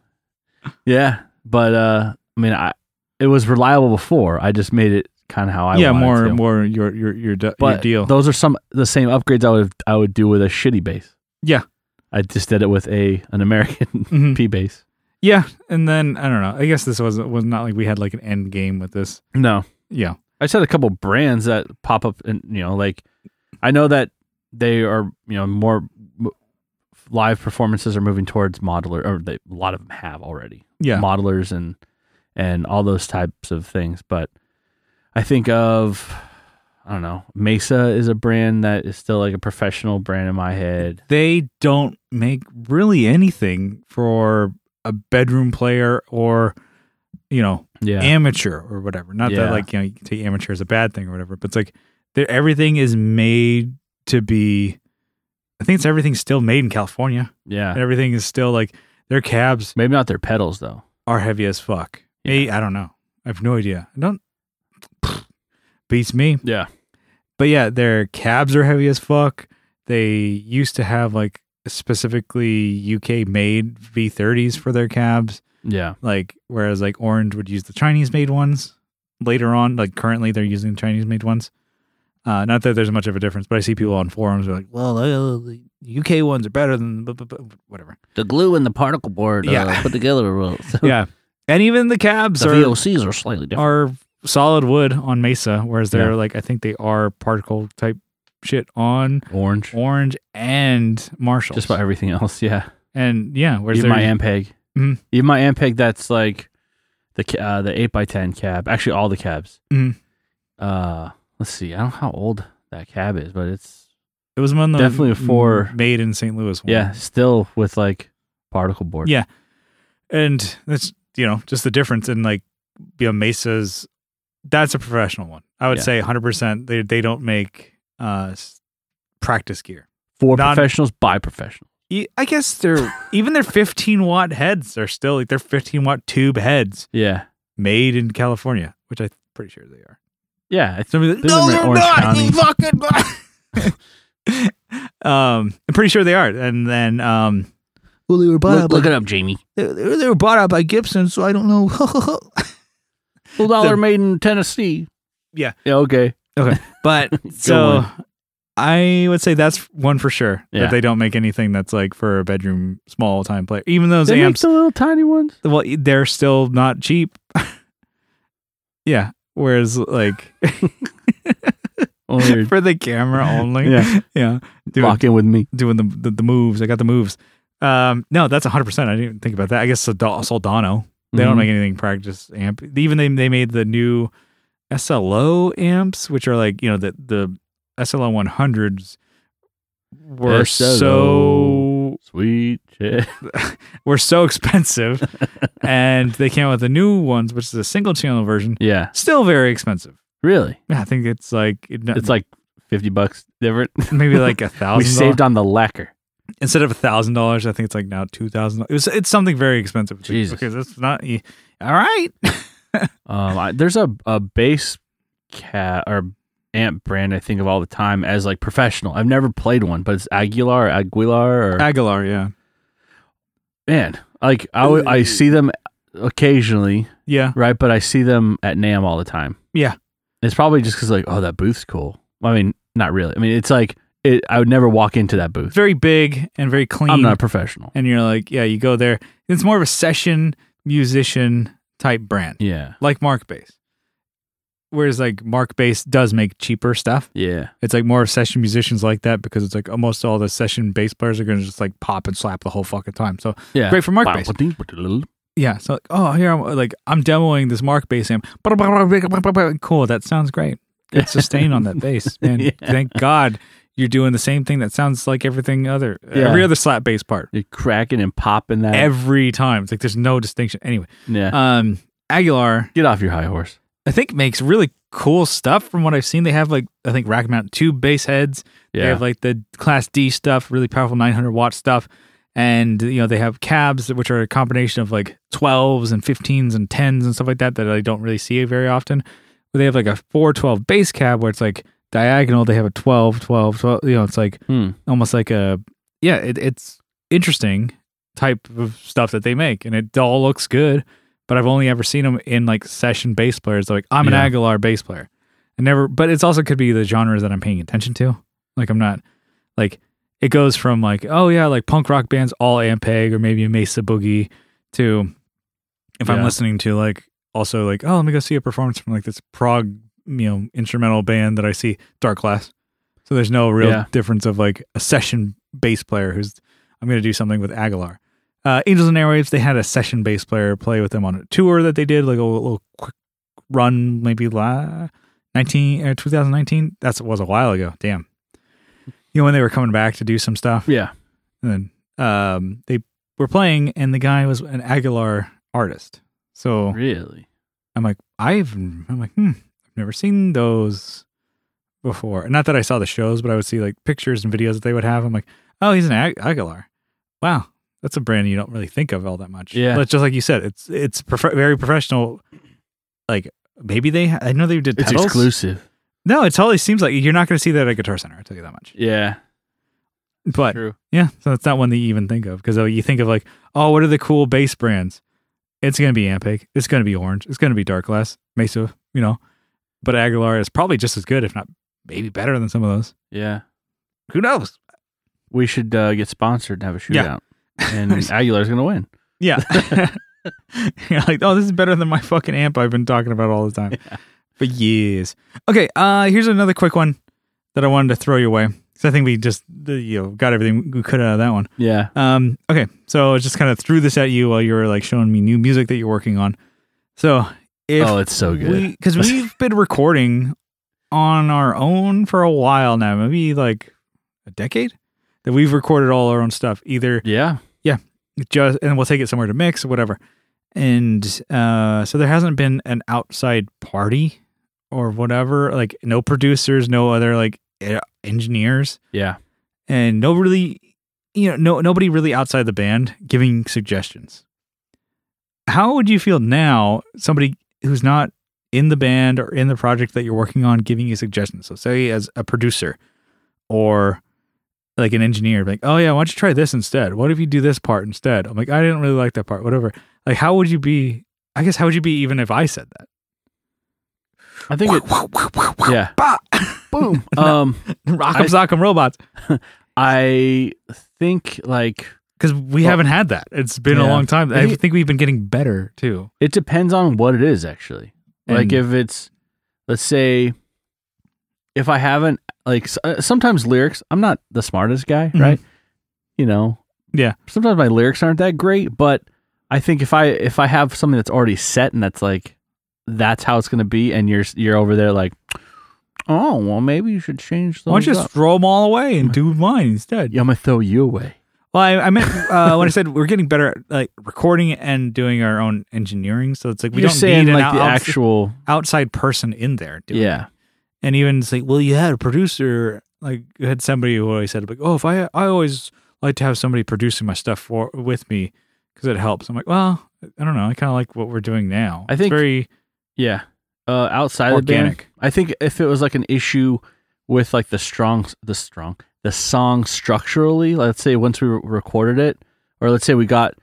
S2: yeah but uh i mean i it was reliable before i just made it kind of how i
S1: yeah,
S2: wanted
S1: more
S2: to.
S1: and more your your your, d- your
S2: but
S1: deal.
S2: those are some the same upgrades i would i would do with a shitty bass
S1: Yeah.
S2: i just did it with a an american
S1: Mhm.
S2: p bass
S1: Yeah, and then I don't know. I guess this was was not like we had like an end game with this.
S2: no
S1: Yeah,
S2: i just had a couple brands that pop up and you know like i know that they are you know more m- live performances are moving towards modular or they, a lot of them have already
S1: yeah,
S2: modelers and and all those types of things. But I think of I don't know, Mesa is a brand that is still like a professional brand in my head.
S1: they don't make really anything for a bedroom player or you know
S2: Yeah.
S1: amateur or whatever. Not that
S2: Yeah.
S1: like you know you can take amateur as a bad thing or whatever, but it's like they're- everything is made to be. I think it's everything's still made in California.
S2: yeah.
S1: Everything is still like their cabs
S2: Maybe not their pedals though.
S1: are heavy as fuck. Me, I don't know. I have no idea. I don't. Beats me.
S2: Yeah.
S1: but yeah, their cabs are heavy as fuck. They used to have like specifically UK made V30s for their cabs,
S2: Yeah.
S1: like whereas like Orange would use the Chinese made ones later on. Like currently, they're using Chinese made ones. Uh, not that there's much of a difference, but I see people on forums are like, "Well, uh, the UK ones are better than blah, blah, blah," whatever."
S2: The glue and the particle board
S1: uh, Yeah.
S2: put together well.
S1: yeah, and even the cabs are
S2: VOCs are slightly
S1: are solid wood on Mesa, whereas they're like I think they are particle type shit on
S2: Orange.
S1: Orange and Marshall.
S2: Just about everything else, yeah.
S1: and yeah, where's
S2: Even
S1: there?
S2: my Ampeg.
S1: Mhm.
S2: Even my Ampeg that's like the ca- uh, the 8x10 cab. Actually, all the cabs.
S1: Mhm.
S2: Uh, let's see. I don't know how old that cab is, but it's
S1: It was one of the
S2: Definitely for-
S1: made in St. Louis. One.
S2: Yeah, still with like particle board.
S1: Yeah. and that's you know just the difference in like you know Mesa's. That's a professional one. I would
S2: Yeah.
S1: say 100. percent They they don't make uh s- practice gear.
S2: For
S1: Non-
S2: professionals by professionals.
S1: E- I guess they're even their 15 watt heads are still like their 15 watt tube heads
S2: Yeah.
S1: made in California, which I'm pretty sure they are.
S2: Yeah. It's,
S1: Somebody-
S2: Those are in Orange County.
S1: you fucking. um, I'm pretty sure they are. And then, um, well, they were
S2: it up, Jamie.
S1: they, they were bought out by Gibson, so I don't know.
S2: Full
S1: dollar
S2: dollar made in Tennessee.
S1: Yeah.
S2: Yeah, okay.
S1: but so
S2: on.
S1: I would say that's one for sure
S2: Yeah.
S1: that they don't make anything that's like for a bedroom small time player. Even those
S2: They make
S1: amps,
S2: the little tiny ones.
S1: well, they're still not cheap. yeah, Whereas like
S2: Only Oh,
S1: for the camera only.
S2: yeah,
S1: Yeah. Dude,
S2: lock in with me.
S1: doing the, the the moves. I got the moves. Um, no, that's 100%. I didn't even think about that. I guess Solda- Soldano. They don't
S2: Mhm.
S1: make anything practice amp. Even they they made the new SLO amps, which are like you know the the SLO 100s were so
S2: SLO. sweet shit.
S1: were so expensive, and they came out with the new ones, which is a single channel version,
S2: Yeah,
S1: still very expensive.
S2: really.
S1: Yeah, I think it's like it,
S2: It's like fifty bucks different.
S1: maybe like a
S2: we
S1: thousand. dollars.
S2: saved on the lacquer.
S1: instead of a thousand dollars, I think it's like now two thousand. It was it's something very expensive. It's like,
S2: Jesus.
S1: okay, that's not y- all right.
S2: Um, I, there's a a bass cat or amp brand I think of all the time as like professional. I've never played one, but it's Aguilar, or Aguilar, or
S1: Aguilar, yeah,
S2: man, like I would- I see them occasionally,
S1: yeah,
S2: right? But I see them at Nam all the time.
S1: Yeah.
S2: it's probably just because like oh that booth's cool. I mean, not really. I mean, it's like it. I would never walk into that booth.
S1: very big and very clean.
S2: I'm not a professional.
S1: and you're like, yeah, you go there. It's more of a session musician type brand,
S2: Yeah,
S1: like Mark Bass. Whereas like Mark Bass does make cheaper stuff.
S2: yeah,
S1: It's like more session musicians like that because it's like almost all the session bass players are gonna just like pop and slap the whole fucking time. So
S2: yeah.
S1: great for Mark Bass.
S2: Yeah,
S1: Yeah. So like, oh, here I'm like I'm demoing this Mark bass amp. Cool. That sounds great. Good sustain on that bass, man.
S2: Yeah.
S1: Thank God you're doing the same thing that sounds like everything other
S2: Yeah.
S1: every other slap bass part
S2: You're cracking and popping that.
S1: every time. It's like there's no distinction. Anyway,
S2: yeah,
S1: um, Aguilar
S2: get off your high horse.
S1: I think makes really cool stuff from what I've seen. They have like I think rack mount two bass heads. They
S2: Yeah,
S1: have like the class D stuff, really powerful 900 watt stuff. And, you know, they have cabs, which are a combination of like 12s and 15s and 10s and stuff like that, that I don't really see very often. But they have like a 412 base cab where it's like diagonal. They have a 12, 12, 12. You know, it's like
S2: Hmm.
S1: almost like a, yeah, it, it's interesting type of stuff that they make. And it all looks good. But I've only ever seen them in like session bass players. They're like, I'm an
S2: Yeah.
S1: Aguilar bass player. I never, but it's also could be the genres that I'm paying attention to. Like I'm not like it goes from like oh yeah like punk rock bands all Ampeg E or maybe a Mesa Boogie to if I'm
S2: Yeah.
S1: listening to like also like oh let me go see a performance from like this prog you know instrumental band that I see Dark Glass. So there's no real
S2: Yeah.
S1: difference of like a session bass player who's I'm going to do something with Aguilar. Uh, Angels and Airwaves they had a session bass player play with them on a tour that they did like a little little quick run maybe la uh, 19 or 2019 that was a while ago damn you know when they were coming back to do some stuff
S2: Yeah.
S1: and then um they were playing and the guy was an aguilar artist so
S2: Really?
S1: i'm like i've i'm like hmm i've never seen those before not that i saw the shows but i would see like pictures and videos that they would have i'm like oh he's an Ag- aguilar wow that's a brand you don't really think of all that much
S2: Yeah.
S1: but just like you said it's it's prof- very professional like maybe they ha- i know they did
S2: It's
S1: pedals.
S2: exclusive.
S1: no it totally seems like you're not going to see that at guitar center i tell you that much
S2: Yeah.
S1: but
S2: True.
S1: Yeah, so it's not one that you even think of because you think of like, oh, what are the cool bass brands? It's gonna be Ampeg, it's gonna be Orange, it's gonna be Dark Glass, Mesa, you know. But Aguilar is probably just as good, if not maybe better than some of those.
S2: Yeah.
S1: Who knows?
S2: We should uh, get sponsored and have a
S1: Yeah.
S2: shootout. And Aguilar's going to win.
S1: Yeah. You're like, oh, this is better than my fucking amp I've been talking about all the time for years. Okay, uh, here's another quick one that I wanted to throw your way because I think we just you know got everything we could out of that one.
S2: Yeah.
S1: Um, okay, so I just kind of threw this at you while you were like showing me new music that you're working on. So if
S2: oh, it's so good.
S1: we, because we've been recording on our own for a while now, maybe like a decade that we've recorded all our own stuff, either
S2: yeah.
S1: just and we'll take it somewhere to mix or whatever. And uh, so there hasn't been an outside party or whatever, like no producers, no other like eh, engineers
S2: Yeah.
S1: and no really you know no nobody really outside the band giving suggestions how would you feel now somebody who's not in the band or in the project that you're working on giving you suggestions so say as a producer or like an engineer like oh yeah why don't you try this instead what if you do this part instead i'm like i didn't really like that part whatever like how would you be i guess how would you be even if i said that
S2: I think it. Yeah. Boom. Um,
S1: rock'em sock'em robots
S2: I think like
S1: because we
S2: Well,
S1: haven't had that it's been a
S2: yeah.
S1: long time i
S2: Maybe-
S1: think we've been getting better too
S2: it depends on what it is actually.
S1: And-
S2: like if it's let's say if I haven't like s- uh, sometimes lyrics, I'm not the smartest guy,
S1: Mhm.
S2: right? You know.
S1: Yeah.
S2: Sometimes my lyrics aren't that great, but I think if I if I have something that's already set and that's like that's how it's going to be and you're you're over there like oh, well maybe you should change those
S1: Why don't you
S2: up."
S1: just throw them all away and do mine instead?
S2: Yeah, I'm going to throw you away.
S1: Well, I, I meant uh, when I said we're getting better at like recording and doing our own engineering. So it's like we
S2: you're
S1: don't
S2: saying
S1: need
S2: like
S1: an
S2: the
S1: outs-
S2: actual
S1: outside person in there. Doing
S2: yeah.
S1: and even it's like, well, you had a producer. Like, you had somebody who always said, like, oh, if I, I always like to have somebody producing my stuff for with me because it helps. I'm like, well, I don't know. I kind of like what we're doing now.
S2: I
S1: It's
S2: think-
S1: very
S2: Yeah. Uh, outside of the band,
S1: organic.
S2: I think if it was like an issue with like the strong, the strong, the song structurally, let's say once we re- recorded it, or let's say we got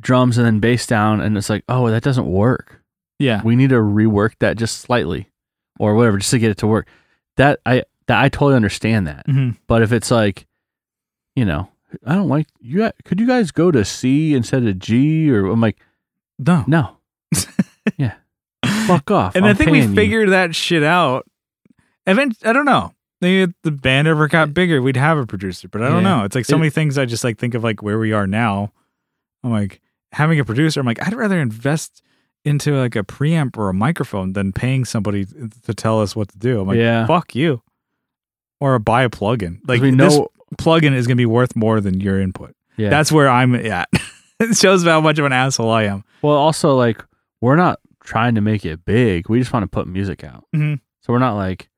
S2: drums and then bass down, and it's like, oh, that doesn't work.
S1: Yeah,
S2: We need to rework that just slightly, or whatever, just to get it to work. That I that I totally understand that.
S1: hmm
S2: But if it's like, you know, I don't like you. gu- Could you guys go to C instead of G? Or I'm like,
S1: no.
S2: no, yeah, fuck off.
S1: And
S2: I'm
S1: I think we
S2: paying you.
S1: figured that shit out. Event. I don't know. Maybe if the band ever got bigger, we'd have a producer. But I don't
S2: Yeah.
S1: know. It's like so
S2: It-
S1: many things. I just like think of like where we are now. I'm like having a producer. I'm like I'd rather invest into like a preamp or a microphone than paying somebody to tell us what to do. I'm like,
S2: Yeah.
S1: fuck you, or buy a plugin. Like
S2: we
S1: this
S2: know-
S1: plugin is gonna be worth more than your input.
S2: Yeah.
S1: That's where I'm at. it shows how much of an asshole I am.
S2: Well, also like we're not trying to make it big. We just want to put music out.
S1: Mhm.
S2: So we're not like,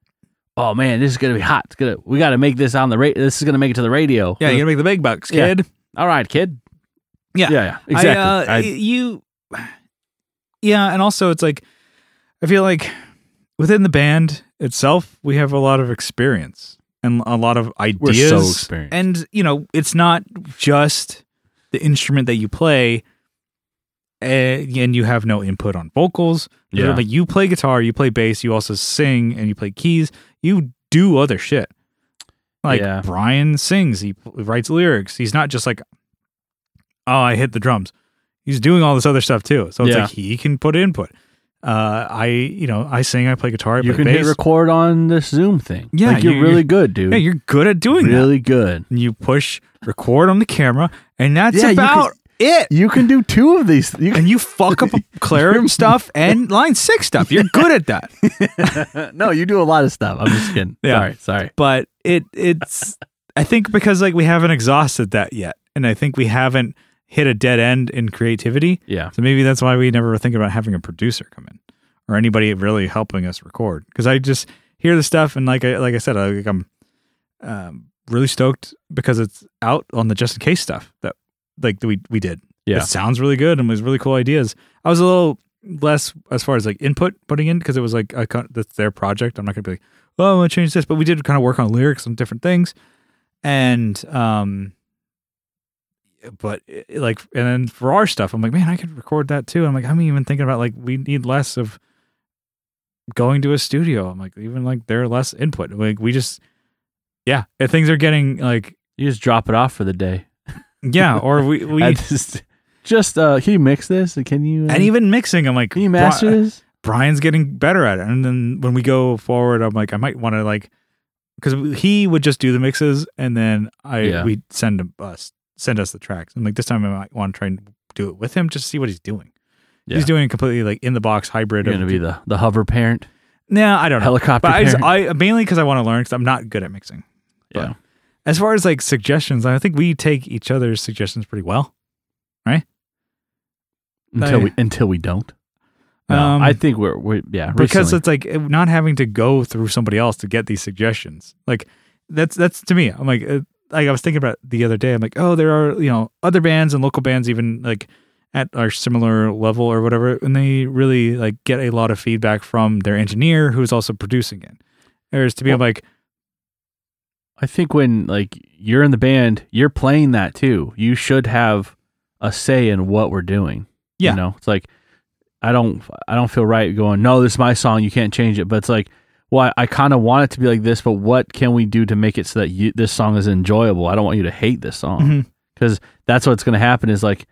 S2: oh man, this is gonna be hot. It's gonna we got to make this on the ra- This is gonna make it to the radio.
S1: Yeah, you're gonna make the big bucks,
S2: Yeah.
S1: kid.
S2: All right, kid.
S1: Yeah.
S2: yeah, yeah exactly.
S1: I, uh,
S2: I-
S1: you, yeah, and also it's like I feel like within the band itself, we have a lot of experience and a lot of ideas.
S2: so experienced.
S1: and you know, it's not just the instrument that you play, and, and you have no input on vocals.
S2: Yeah.
S1: like you play guitar, you play bass, you also sing, and you play keys. You do other shit. Like
S2: Yeah.
S1: Brian sings, he p- writes lyrics. He's not just like, oh, I hit the drums. He's doing all this other stuff too. So it's
S2: Yeah.
S1: like he can put input. Uh, I, you know, I sing, I play guitar, I
S2: you
S1: play
S2: can
S1: bass.
S2: hit record on this Zoom thing.
S1: Yeah,
S2: like, you're,
S1: you-
S2: really good, dude.
S1: yeah, you're good at doing that.
S2: really good.
S1: And you push record on the camera, and that's
S2: Yeah, you can-
S1: about it.
S2: You can do two of these. You
S1: And you fuck up clarinet stuff and line six stuff. You're good at that.
S2: can, no, you do a lot of stuff. I'm just kidding.
S1: Yeah.
S2: Sorry, sorry.
S1: but it it's I think because like we haven't exhausted that yet, and I think we haven't hit a dead end in creativity.
S2: Yeah,
S1: So maybe that's why we never think about having a producer come in or anybody really helping us record. Because I just hear the stuff and like I like I said, I, like I'm um, really stoked because it's out on the just in case stuff that like we we did.
S2: Yeah.
S1: it sounds really good and was really cool ideas. I was a little less as far as like input putting in because it was like I can't- that's their project. I'm not gonna be like, oh, I'm gonna change this, but we did kind of work on lyrics and different things, and um, but it- like and then for our stuff, I'm like, man, I could record that too. I'm like, I'm even thinking about like we need less of going to a studio. I'm like, even like they're less input. Like we just, yeah, and things are getting like
S2: you just drop it off for the day.
S1: yeah, or we we
S2: I just, just uh, can you mix this? Can you? uh,
S1: and even mixing. I'm like,
S2: Can you master
S1: Bri-
S2: this?
S1: Brian's getting better at it. And then when we go forward, I'm like, I might want to like, because he would just do the mixes, and then I
S2: Yeah.
S1: we'd send him us send us the tracks. And like this time, I might want to try and do it with him just to see what he's doing.
S2: Yeah.
S1: He's doing a completely like in the box hybrid.
S2: You're gonna
S1: of,
S2: be the, the hover parent,
S1: nah, I don't know.
S2: helicopter
S1: But I,
S2: parent.
S1: just, I mainly because I want to learn because I'm not good at mixing. But
S2: Yeah.
S1: As far as like suggestions, I think we take each other's suggestions pretty well.
S2: until
S1: I-
S2: we until we don't. No,
S1: Um,
S2: I think we're we yeah
S1: because
S2: recently.
S1: it's like not having to go through somebody else to get these suggestions. Like that's that's to me. I'm like uh, like I was thinking about it the other day. I'm like, oh, there are you know other bands and local bands even like at our similar level or whatever, and they really like get a lot of feedback from their engineer who's also producing it. Whereas to me, I'm like,
S2: I think when like you're in the band, you're playing that too. You should have a say in what we're doing.
S1: Yeah.
S2: you know, it's like I don't I don't feel right going. No, this is my song. You can't change it. But it's like, well, I, kind of want it to be like this. But what can we do to make it so that you, this song is enjoyable? I don't want you to hate this song
S1: Mhm.
S2: because that's what's going to happen. Is like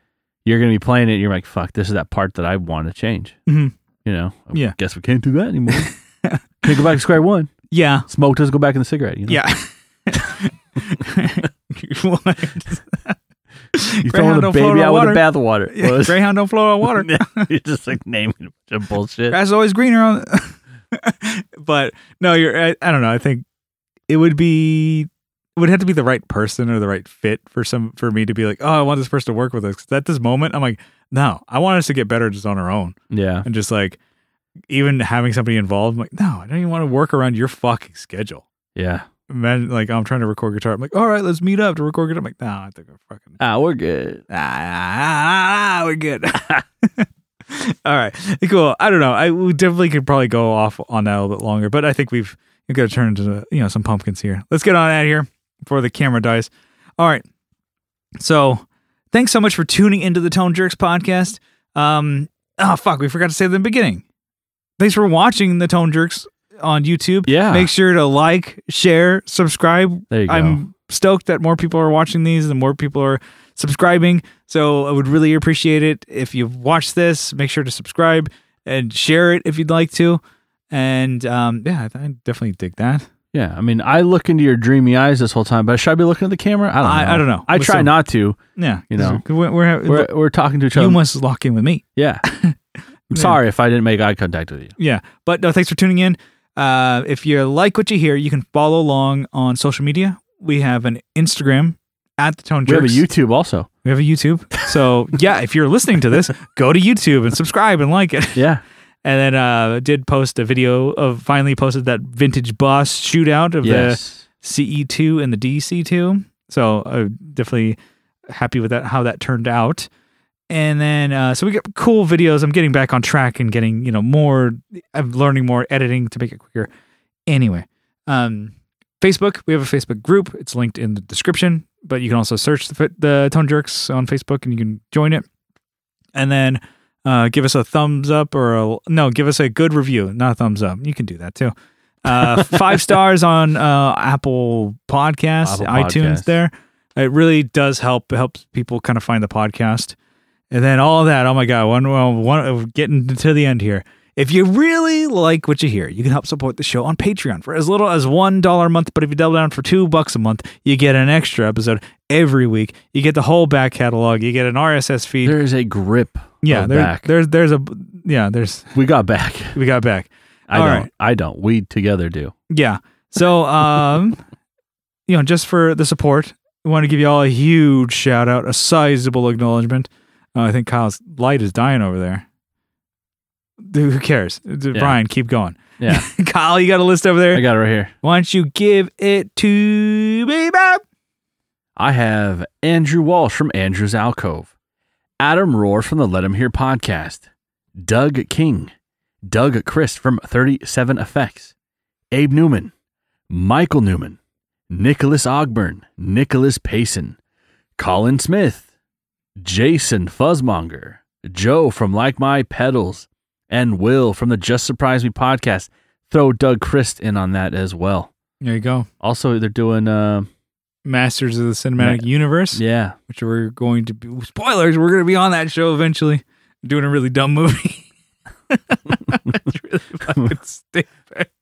S2: you're going to be playing it. and You're like, fuck, this is that part that I want to change.
S1: Mhm.
S2: You know,
S1: Yeah.
S2: guess we can't do that anymore. Can you go back to square one?
S1: yeah.
S2: Smoke does go back in the cigarette. You know?
S1: Yeah. what?
S2: you
S1: Greyhound
S2: throwing the
S1: don't float
S2: baby
S1: on
S2: out with
S1: water.
S2: the bathwater.
S1: Yeah, Greyhound don't flow on water.
S2: You're just like naming a bunch of bullshit.
S1: Grass is always greener on. but no, you're. I, I don't know. I think it would be it would have to be the right person or the right fit for some for me to be like, oh, I want this person to work with us. 'Cause at this moment, I'm like, no, I want us to get better just on our own
S2: Yeah,
S1: and just like even having somebody involved. I'm like, no, I don't even want to work around your fucking schedule.
S2: yeah.
S1: Imagine like I'm trying to record guitar. I'm like, all right, let's meet up to record guitar. I'm like, no, I think I'm fucking
S2: Ah, we're good.
S1: Ah, ah, ah, ah, we're good. All right, cool. I don't know. I we definitely could probably go off on that a little bit longer, but I think we've we've got to turn into you know some pumpkins here. Let's get on out of here before the camera dies. All right. So, thanks so much for tuning into the Tone Jerks podcast. Um, oh fuck, we forgot to say at the beginning. Thanks for watching the Tone Jerks on YouTube.
S2: Yeah.
S1: Make sure to like, share, subscribe,
S2: There you go.
S1: I'm stoked that more people are watching these and more people are subscribing. So I would really appreciate it if you've watched this. Make sure to subscribe and share it if you'd like to. And um, yeah, I, I definitely dig that.
S2: yeah, I mean, I look into your dreamy eyes this whole time, but should I be looking at the camera? I don't know.
S1: I- I don't know.
S2: I
S1: But
S2: try
S1: so-
S2: not to.
S1: Yeah,
S2: You know.
S1: we're, we're,
S2: We're, we're talking to each other.
S1: you must lock in with me.
S2: yeah. I'm sorry if I didn't make eye contact with you.
S1: Yeah, but no, thanks for tuning in. Uh, if you like what you hear, you can follow along on social media. We have an Instagram at the Tone
S2: We
S1: Jerks.
S2: have a YouTube also.
S1: We have a YouTube. So yeah, if you're listening to this, go to YouTube and subscribe and like it.
S2: Yeah.
S1: and then uh did post a video of finally posted that vintage boss shootout of
S2: Yes.
S1: the CE2 and the DC2. So I'm definitely happy with that how that turned out. And then uh so we got cool videos. I'm getting back on track and getting, you know, more I'm learning more editing to make it quicker. Anyway, um Facebook, we have a Facebook group. It's linked in the description, but you can also search the, the Tone Jerks on Facebook and you can join it. And then uh, give us a thumbs up or a, no, give us a good review, not a thumbs up. You can do that too. Uh, five stars on uh, Apple Podcasts,
S2: Apple
S1: iTunes.
S2: Podcasts.
S1: There, it really does help. It helps people kind of find the podcast. And then all that. Oh my God. One, one, one, getting to the end here. If you really like what you hear, you can help support the show on Patreon for as little as $1 a month. But if you double down for two bucks a month, you get an extra episode every week. You get the whole back catalog. You get an RSS feed.
S2: There is a grip.
S1: yeah,
S2: of
S1: there-
S2: back.
S1: there's there's a yeah, there's
S2: We got back.
S1: we got back.
S2: I
S1: All
S2: don't.
S1: right.
S2: I don't. We together do.
S1: Yeah. So um you know, just for the support, I want to give you all a huge shout out, a sizable acknowledgement. Uh, I think Kyle's light is dying over there. Dude, who cares? D-
S2: Yeah.
S1: Brian, keep going.
S2: Yeah.
S1: Kyle, you got a list over there.
S2: I got it right here.
S1: Why don't you give it to me, Bob?
S2: I have Andrew Walsh from Andrew's Alcove, Adam Rohr from the Let Him Hear podcast, Doug King, Doug Christ from 37 Effects, Abe Newman, Michael Newman, Nicholas Ogburn, Nicholas Payson, Colin Smith, Jason Fuzzmonger, Joe from Like My Pedals, and Will from the Just Surprise Me podcast. Throw Doug Christ in on that as well.
S1: There you go.
S2: Also, they're doing, uh,
S1: Masters of the Cinematic Universe,
S2: yeah,
S1: which we're going to be spoilers, we're going to be on that show eventually doing a really dumb movie. it's really fucking stupid.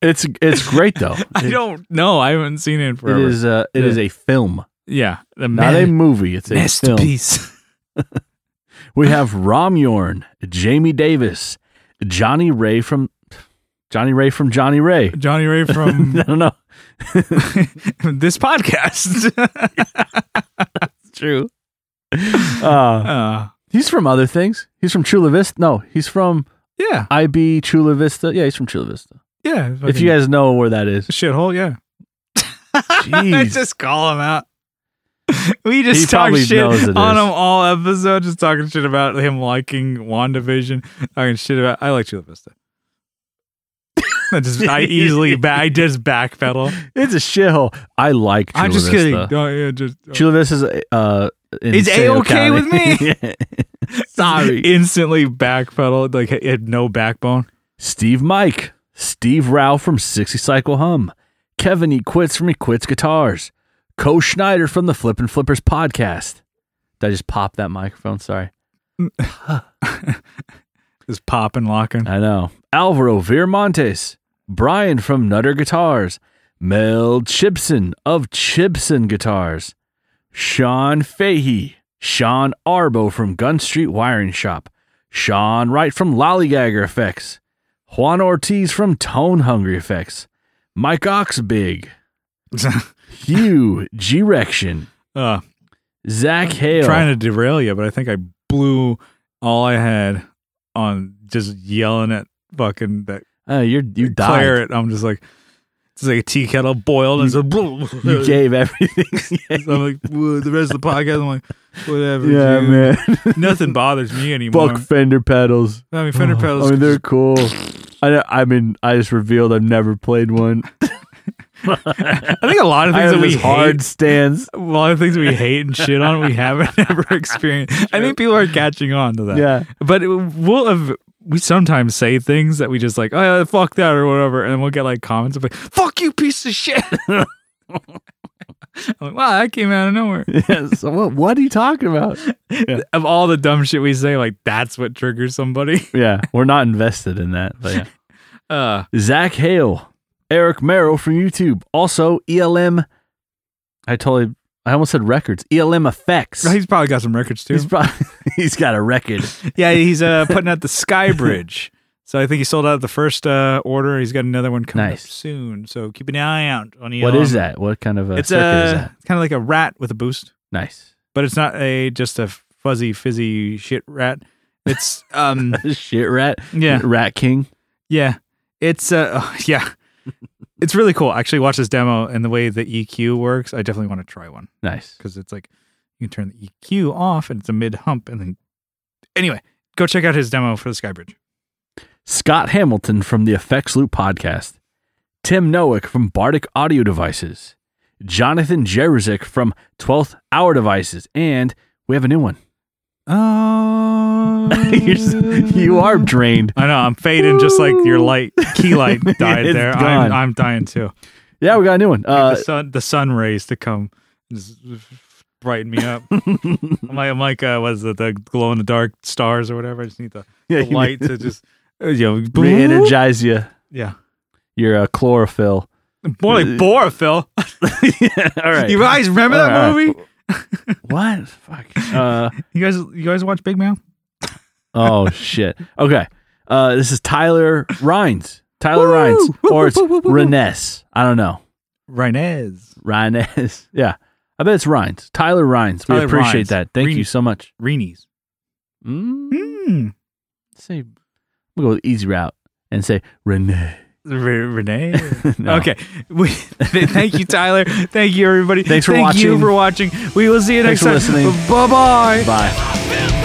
S2: It's it's great though.
S1: I don't know. I haven't seen it in
S2: It
S1: forever.
S2: is a it is a film,
S1: yeah, the
S2: not a
S1: ma-
S2: movie. It's a film.
S1: masterpiece.
S2: We have Romjorn, Jamie Davis, Johnny Ray from Johnny Ray from Johnny Ray.
S1: Johnny Ray
S2: I
S1: from
S2: don't know.
S1: this podcast.
S2: True. Uh,
S1: uh,
S2: he's from other things. He's from Chula Vista. No, he's from
S1: yeah,
S2: IB Chula Vista. Yeah, he's from Chula Vista.
S1: yeah.
S2: If you guys know where that is,
S1: shithole, yeah.
S2: Jeez.
S1: just call him out. We just
S2: He
S1: talk
S2: probably
S1: shit on
S2: knows it
S1: him
S2: is.
S1: all episodes, just talking shit about him liking WandaVision, talking shit about I like Chula Vista. I just I easily ba- I just backpedal.
S2: it's a shithole. I like. Chula
S1: I'm just
S2: Vista.
S1: kidding. No, yeah, just,
S2: Chula Vista is uh, in
S1: It's
S2: Sale
S1: A-okay with
S2: County.
S1: me?
S2: Yeah. Sorry.
S1: instantly backpedaled like it had no backbone.
S2: Steve Mike, Steve Rao from 60 Cycle Hum, Kevin E. Quits from E. Quits Guitars, Co Schneider from the Flippin' Flippers podcast. Did I just pop that microphone? Sorry.
S1: Just popping, locking.
S2: I know. Alvaro Viramontes, Brian from Nutter Guitars, Mel Chibson of Chibson Guitars, Sean Fahey, Sean Arbo from Gun Street Wiring Shop, Sean Wright from Lollygagger Effects, Juan Ortiz from Tone Hungry Effects, Mike Oxbig, Hugh G-Rection,
S1: uh,
S2: Zach Hale.
S1: trying to derail you, but I think I blew all I had on just yelling at fucking that
S2: Uh, you're, you died.
S1: claret. I'm just like, it's like a tea kettle boiled. and it's like,
S2: You gave everything.
S1: So I'm like, "Well, the rest of the podcast, I'm like, whatever.
S2: yeah,
S1: dude.
S2: man.
S1: Nothing bothers me anymore.
S2: Fuck fender pedals.
S1: I mean, fender pedals.
S2: I mean, they're cool. I, I mean, I just revealed I've never played one.
S1: I think a lot of
S2: I
S1: things that
S2: have
S1: we hate,
S2: this hard stance.
S1: a lot of things we hate and shit on, we haven't ever experienced. I think people are catching on to that.
S2: Yeah,
S1: But it, we'll have, we sometimes say things that we just like, oh, yeah, fuck that or whatever. And we'll get like comments of like, fuck you, piece of shit. I'm like, wow, that came out of nowhere.
S2: yeah. So what, what are you talking about?
S1: Of all the dumb shit we say, like, that's what triggers somebody.
S2: Yeah, we're not invested in that. But yeah.
S1: Uh,
S2: Zach Hale, Eric Merrill from YouTube, also ELM. I totally, I almost said records. ELM effects.
S1: he's probably got some records too.
S2: He's probably he's got a record.
S1: Yeah, he's uh, putting out the Sky Bridge. So I think he sold out the first uh, order. He's got another one coming
S2: Nice.
S1: up soon. So keep an eye out on
S2: What
S1: Elon.
S2: is that? What kind of a
S1: E It's
S2: circuit is
S1: a
S2: that?
S1: it's kind of like a rat with a boost,
S2: Nice.
S1: but it's not a just a fuzzy fizzy shit rat. It's um
S2: Shit rat.
S1: yeah
S2: Rat King.
S1: yeah it's uh oh, yeah it's really cool. I actually watched this demo and the way the EQ works. I definitely want to try one
S2: Nice.
S1: because it's like you can turn the EQ off and it's a mid hump and then anyway go check out his demo for the Sky Bridge.
S2: Scott Hamilton from the Effects Loop Podcast, Tim Nowick from Bardic Audio Devices, Jonathan Jeruzik from 12th Hour Devices, and we have a new one.
S1: Oh,
S2: You're s- you are drained.
S1: I know. I'm fading just like your light, key light died
S2: It's
S1: there.
S2: gone.
S1: I'm, I'm dying too.
S2: Yeah, we got a new one. Uh,
S1: the sun, the sun rays to come, just brighten me up. I'm like, I'm like, uh, what is it? The glow in the dark stars or whatever. I just need the,
S2: yeah,
S1: the light to just, uh, you know,
S2: re energize you.
S1: Yeah,
S2: Your uh, chlorophyll.
S1: more like chlorophyll.
S2: yeah, all Uh, right.
S1: You guys remember
S2: All
S1: that
S2: right.
S1: movie?
S2: what? Fuck. Uh,
S1: You guys, you guys watch Big Mouth?
S2: oh, shit. Okay. Uh, this is Tyler Rhines. Tyler
S1: Woo!
S2: Rhines.
S1: Woo,
S2: Or
S1: woo,
S2: it's
S1: woo, woo, woo, woo.
S2: Renes. I don't know.
S1: Rines,
S2: Rhines. Yeah. I bet it's Rhines. Tyler Rhines. We
S1: Tyler
S2: appreciate
S1: Rhines.
S2: that. Thank
S1: Rhines.
S2: you so much.
S1: Reenies.
S2: Mm,
S1: Mm.
S2: say, we'll go the easy route and say Renee.
S1: R- Renee.
S2: No.
S1: Okay. We, thank you, Tyler. Thank you, everybody.
S2: Thanks for
S1: Thank you
S2: watching.
S1: for watching. We will see you
S2: Thanks
S1: next
S2: for
S1: time.
S2: listening.
S1: Bye bye.
S2: Bye.
S3: Feel